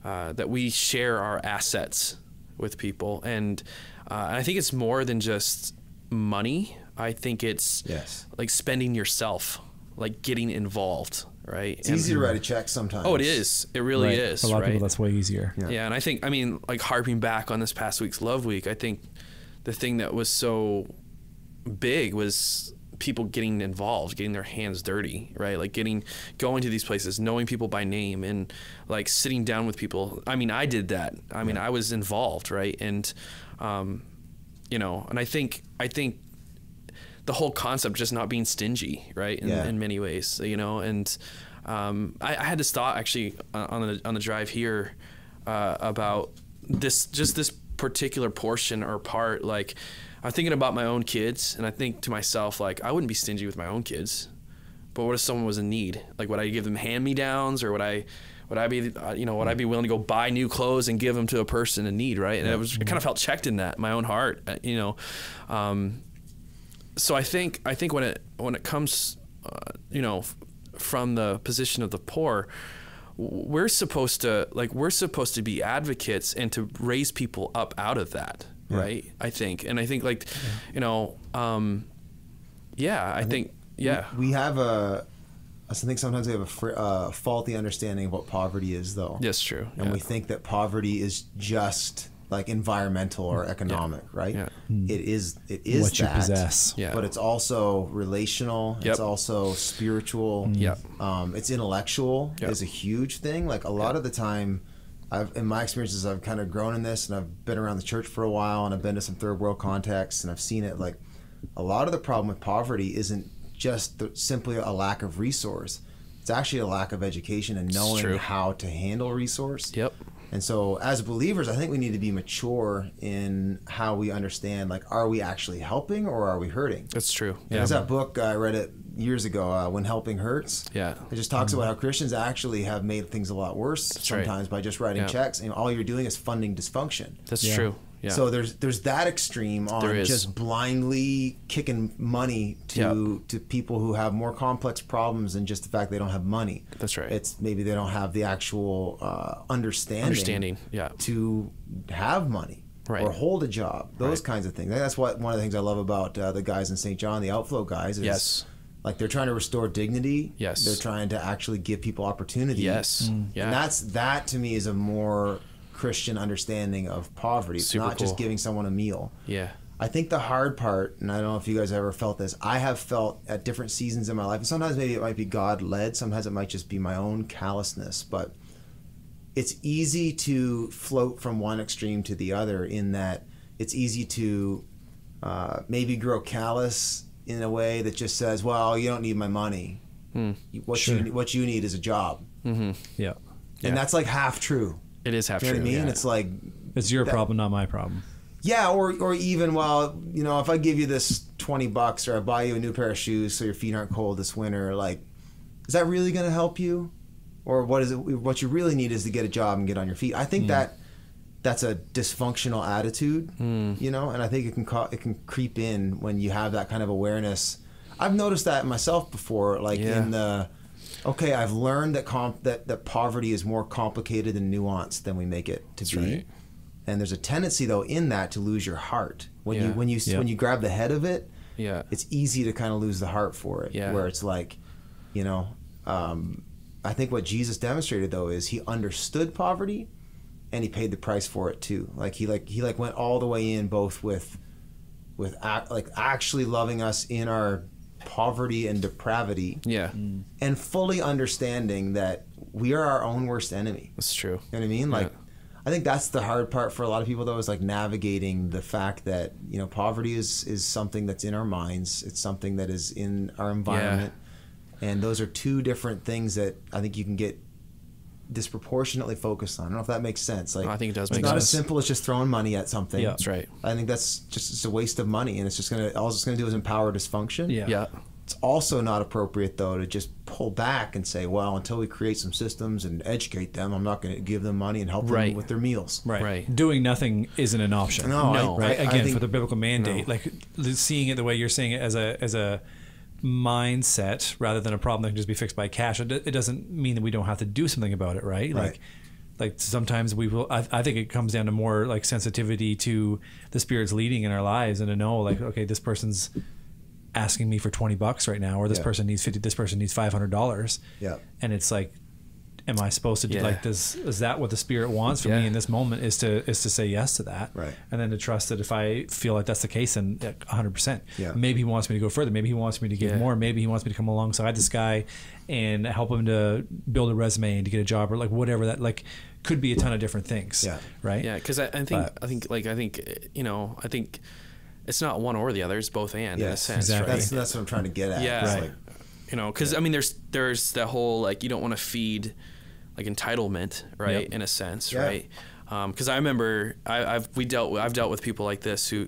uh, that we share our assets with people, and uh, I think it's more than just money. I think it's Yes. like spending yourself, like getting involved, right? it's easy to write a check sometimes Mm-hmm. Oh, it is. It really Right. is. For a lot of right? people that's way easier. Yeah. Yeah, and I think I mean like harping back on this past week's Love Week, I think the thing that was so big was people getting involved, getting their hands dirty, right? Like getting going to these places, knowing people by name and like sitting down with people. I mean, I did that. I mean, I was involved, right? And um you know, and I think I think the whole concept just not being stingy, right? In, Yeah. in many ways, you know. And um, I, I had this thought actually uh, on the on the drive here uh, about this just this particular portion or part. Like I'm thinking about my own kids, and I think to myself like I wouldn't be stingy with my own kids, but what if someone was in need? Like would I give them hand me downs, or would I? Would I be, uh, you know, would I be willing to go buy new clothes and give them to a person in need, right? And I was I kind of felt checked in that, my own heart, uh, you know. Um, so I think I think when it when it comes, uh, you know, f- from the position of the poor, w- we're supposed to like we're supposed to be advocates and to raise people up out of that, right? I think, and I think like, you know, um, yeah, I, think, yeah, we have a I think sometimes we have a fr- uh, faulty understanding of what poverty is though that's true. and yeah. we think that poverty is just like environmental or economic, right? Yeah. It is. It is Hmm. What you that, possess. Yeah. But it's also relational. Yep. It's also spiritual. Hmm. Yep. Um, it's intellectual Yep. is a huge thing. Like a lot of the time, I've in my experiences, I've kind of grown in this, and I've been around the church for a while, and I've been to some third world contexts, and I've seen it. Like a lot of the problem with poverty isn't just the, simply a lack of resource. It's actually a lack of education and true. knowing how to handle resource. Yep. And so, as believers, I think we need to be mature in how we understand like, are we actually helping or are we hurting? That's true. Yeah. There's that book I read it years ago, uh, When Helping Hurts. Yeah. Mm-hmm. It just talks about how Christians actually have made things a lot worse right. sometimes by just writing Yeah. checks, and all you're doing is funding dysfunction. That's Yeah. true. Yeah. So there's there's that extreme There on is. just blindly kicking money to Yeah. to people who have more complex problems than just the fact they don't have money. That's right. It's maybe they don't have the actual uh, understanding Understanding, yeah. to have money Right. or hold a job. Those Right. kinds of things. That's what one of the things I love about uh, the guys in St. John, the Outflow guys. Is Yes. Like they're trying to restore dignity. Yes. They're trying to actually give people opportunity. Yes. Mm. Yeah. And that's that to me is a more Christian understanding of poverty. It's Super not just cool. giving someone a meal. yeah. I think the hard part, and I don't know if you guys ever felt this, I have felt at different seasons in my life, and sometimes maybe it might be God led, sometimes it might just be my own callousness, but it's easy to float from one extreme to the other in that it's easy to uh, maybe grow callous in a way that just says, well, you don't need my money. Hmm. You- What, Sure. you, what you need is a job. Yeah. Yeah. And that's like half true. It is half You know true. what I mean? yeah. It's like It's your problem, not my problem. yeah, or or even well, you know, if I give you this twenty bucks or I buy you a new pair of shoes so your feet aren't cold this winter, like, is that really Hmm. going to help you? Or what is it? What you really need is to get a job and get on your feet. I think that that's a dysfunctional attitude, Hmm. you know, and I think it can ca- it can creep in when you have that kind of awareness. I've noticed that myself before, like Yeah. in the okay, I've learned that comp that, that poverty is more complicated and nuanced than we make it to be. right. And there's a tendency though in that to lose your heart when you Yeah. when you s Yeah. when you grab the head of it. Yeah. it's easy to kind of lose the heart for it. Yeah. where it's like, you know, um, I think what Jesus demonstrated though is he understood poverty, and he paid the price for it too. Like he like he like went all the way in both with, with ac- like actually loving us in our poverty and depravity, Yeah. and fully understanding that we are our own worst enemy. That's true. You know what I mean? Like, Yeah. I think that's the hard part for a lot of people though is like navigating the fact that you know poverty is is something that's in our minds. It's something that is in our environment, and those are two different things that I think you can get disproportionately focused on. I don't know if that makes sense. Like, I think it does It's make not as sense. simple as just throwing money at something. Yeah. That's right. I think that's just it's a waste of money, and it's just gonna all it's gonna do is empower dysfunction. Yeah. Yeah. It's also not appropriate though to just pull back and say, well, until we create some systems and educate them, I'm not going to give them money and help Right. them with their meals. Right. Right. Doing nothing isn't an option. No, No. I- right. I- I Again, think- for the biblical mandate, like the- seeing it the way you're seeing it as a as a mindset rather than a problem that can just be fixed by cash. It, it doesn't mean that we don't have to do something about it, right? Right. Like, like sometimes we will. I, I think it comes down to more like sensitivity to the spirit's leading in our lives and to know like, okay, this person's asking me for 20 bucks right now, or this Yeah. person needs 50, this person needs $500. Yeah. And it's like, am I supposed to do Yeah. like this? Is that what the spirit wants from Yeah. me in this moment is to, is to say yes to that. Right. And then to trust that if I feel like that's the case, then hundred percent, Yeah. maybe he wants me to go further. Maybe he wants me to give Yeah. more. Maybe he wants me to come alongside this guy and help him to build a resume and to get a job or like whatever that like could be a ton of different things. Yeah. Right. Yeah. Because I, I think But- I think like I think you know I think it's not one or the other. It's both and in a Yes, sense. exactly. Right? That's that's what I'm trying to get at. yeah It's Right. like, you know because i mean there's there's that whole like you don't want to feed like entitlement right Yep. in a sense Yeah. right because i remember I, i've we dealt with i've dealt with people like this who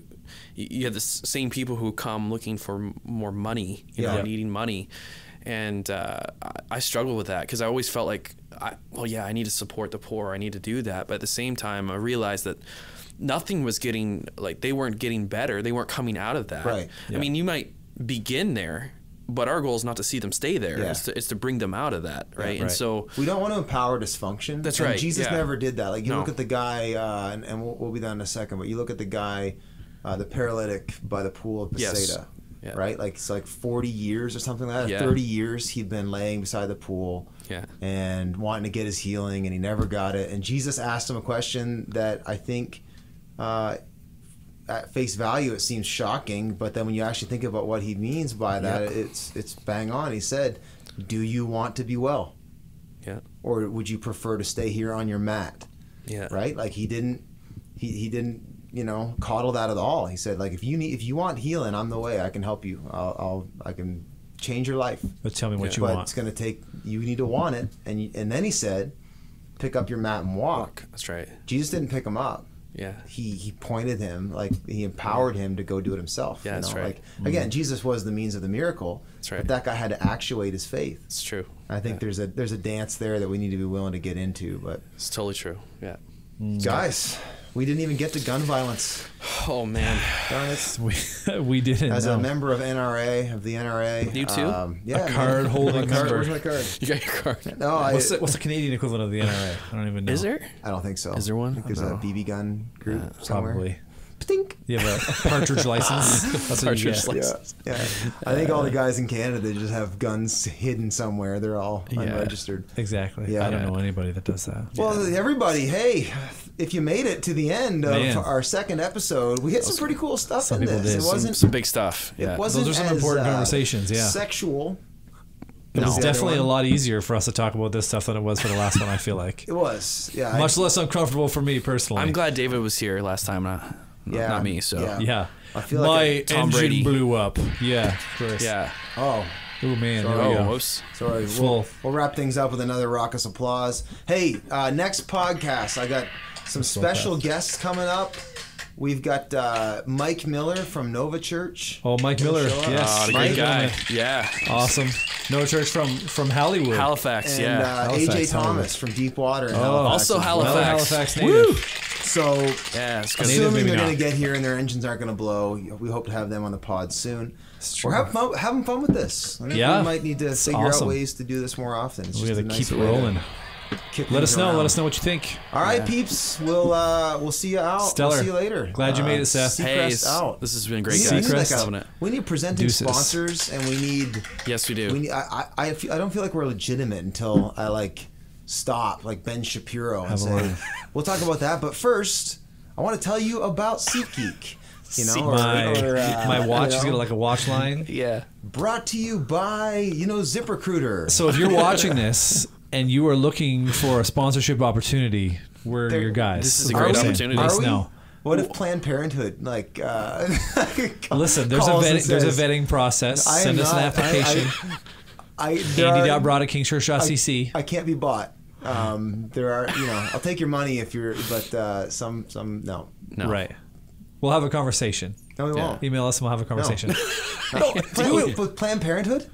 y- you have the s- same people who come looking for m- more money you know Yeah. needing money and uh, I, I struggle with that because i always felt like I, well yeah i need to support the poor i need to do that but at the same time i realized that nothing was getting like they weren't getting better they weren't coming out of that Right. i mean you might begin there but our goal is not to see them stay there Yeah. it's, to, it's to bring them out of that right, and right. so we don't want to empower dysfunction. That's And right, Jesus yeah. never did that. Like you No. look at the guy, uh, and, and we'll, we'll be down in a second, but you look at the guy, uh, the paralytic by the pool of Yes. Bethsaida, Yeah. right? Like it's like 40 years or something like that. Yeah. 30 years he'd been laying beside the pool. Yeah. and wanting to get his healing, and he never got it. And Jesus asked him a question that I think, uh, at face value, it seems shocking, but then when you actually think about what he means by that, Yep. it's it's bang on. He said, "Do you want to be well, yeah or would you prefer to stay here on your mat?" yeah Right? Like he didn't, he he didn't. You know, coddle that at all. He said, like, if you need, if you want healing, I'm the way. I can help you. I'll, I'll I can change your life But tell me what Yeah. you but want. it's going to take you need to want it and you, and then he said pick up your mat and walk Fuck, that's right jesus didn't pick him up yeah he he pointed him like he empowered him to go do it himself Yeah, that's right. Mm-hmm. like again jesus was the means of the miracle That's right. but that guy had to actuate his faith it's true i think there's a there's a dance there that we need to be willing to get into but it's totally true yeah Mm. guys we didn't even get to gun violence oh man darn it we, we didn't. as a know. member of NRA of the NRA, You too? Um, yeah, man. card-holding My card- member. Where's my card? you got your card No, I, what's, the, what's the Canadian equivalent of the NRA? I don't even know. is there I don't think so. Is there one? I think there's I a don't know. BB gun group somewhere. Probably. Ptink. You have a, a partridge license. That's what you Partridge get. license. Yeah. yeah. I think all the guys in Canada they just have guns hidden somewhere. They're all unregistered. Exactly. Yeah. I don't know anybody that does that. Well, everybody, hey, if you made it to the end of Man. our second episode, we had some pretty cool stuff Some in people this. did. It Some- wasn't some big stuff yeah it wasn't Those are some as, important uh, conversations, yeah. Sexual. It was No. definitely The a other one? lot easier for us to talk about this stuff than it was for the last one. I feel like It was. Yeah. I- much less uncomfortable for me personally. i'm glad david was here last time not, not- Yeah. not me so Yeah. Yeah, I feel my like Tom engine Brady. blew up. Yeah, Chris. yeah. oh. Oh man, here we oh go. whoops Sorry, we'll, Full. we'll wrap things up with another raucous applause. Hey, uh, next podcast, I got some special guests coming up. We've got uh, Mike Miller from Nova Church. Oh, Mike Miller. Show up. Yes, oh, the Mike great guy Miller. yeah Awesome. No church from from Hollywood. halifax And yeah uh, Halifax, AJ Thomas Halifax. from Deep Water. in Oh. Halifax also as well. Another Halifax. Halifax Woo! native. So, Yeah, it's good. assuming maybe they're not. going to get here and their engines aren't going to blow, we hope to have them on the pod soon. true. Or have fun, having fun with this. I think Yeah. we might need to figure awesome. out ways to do this more often. It's We just got to a nice keep it way to rolling. kick Let things us know. around. Let us know what you think. All right, peeps. We'll uh, we'll see you out. Stellar. We'll see you later. Uh, Glad you made it, Seth. Seacrest Hey, this, out. this has been great, We need guys. Seacrest. music out. Loving it. We need presenting Deuces. sponsors, and we need Yes, we do. we need. I I, I, feel, I don't feel like we're legitimate until I like stop like Ben Shapiro and a say line. we'll talk about that. But first, I want to tell you about SeatGeek. You know, or- My, or, uh, my watch you is know, gonna like a watch line. yeah. brought to you by you know ZipRecruiter. So if you're watching this and you are looking for a sponsorship opportunity, we're your guys. this is That's a what great I'm saying. opportunity. Let are us we? know. What if Planned Parenthood like uh, Listen, there's a calls and vetting, there's a says, vetting process. I am Send us an not- I- application. I, there are- Andy.broad at kingshirtshawcc. I can't be bought. Um, there are, you know, I'll take your money if you're, but uh, some, some, no, No. Right. We'll have a conversation. no, we won't. Email us and we'll have a conversation. No, Plan- with Planned Parenthood.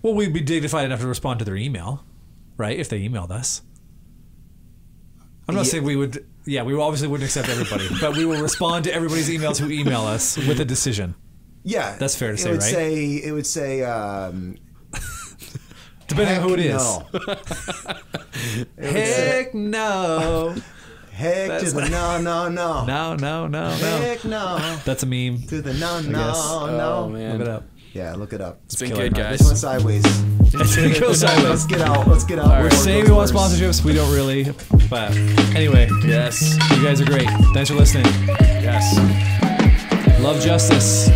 Well, we'd be dignified enough to respond to their email, right? If they emailed us. I'm not Yeah. saying we would. Yeah, we obviously wouldn't accept everybody, but we will respond to everybody's emails who email us with a decision. Yeah, That's fair to say, It would right? say, it would say, um, Depending on who it heck is. no. It would say, Heck no. heck to That's the no, no, no, No, no, no, no. heck no That's a meme. to the no, guess. no, Oh, no. man. Look it up. Yeah, look it up. It's been Killer good, Mike. guys. This went sideways. It's gonna go sideways. Let's get out. Let's get out. We're saying we want sponsorships. We don't really. But anyway, you Yes. guys are great. Thanks for listening. Yes. Love justice.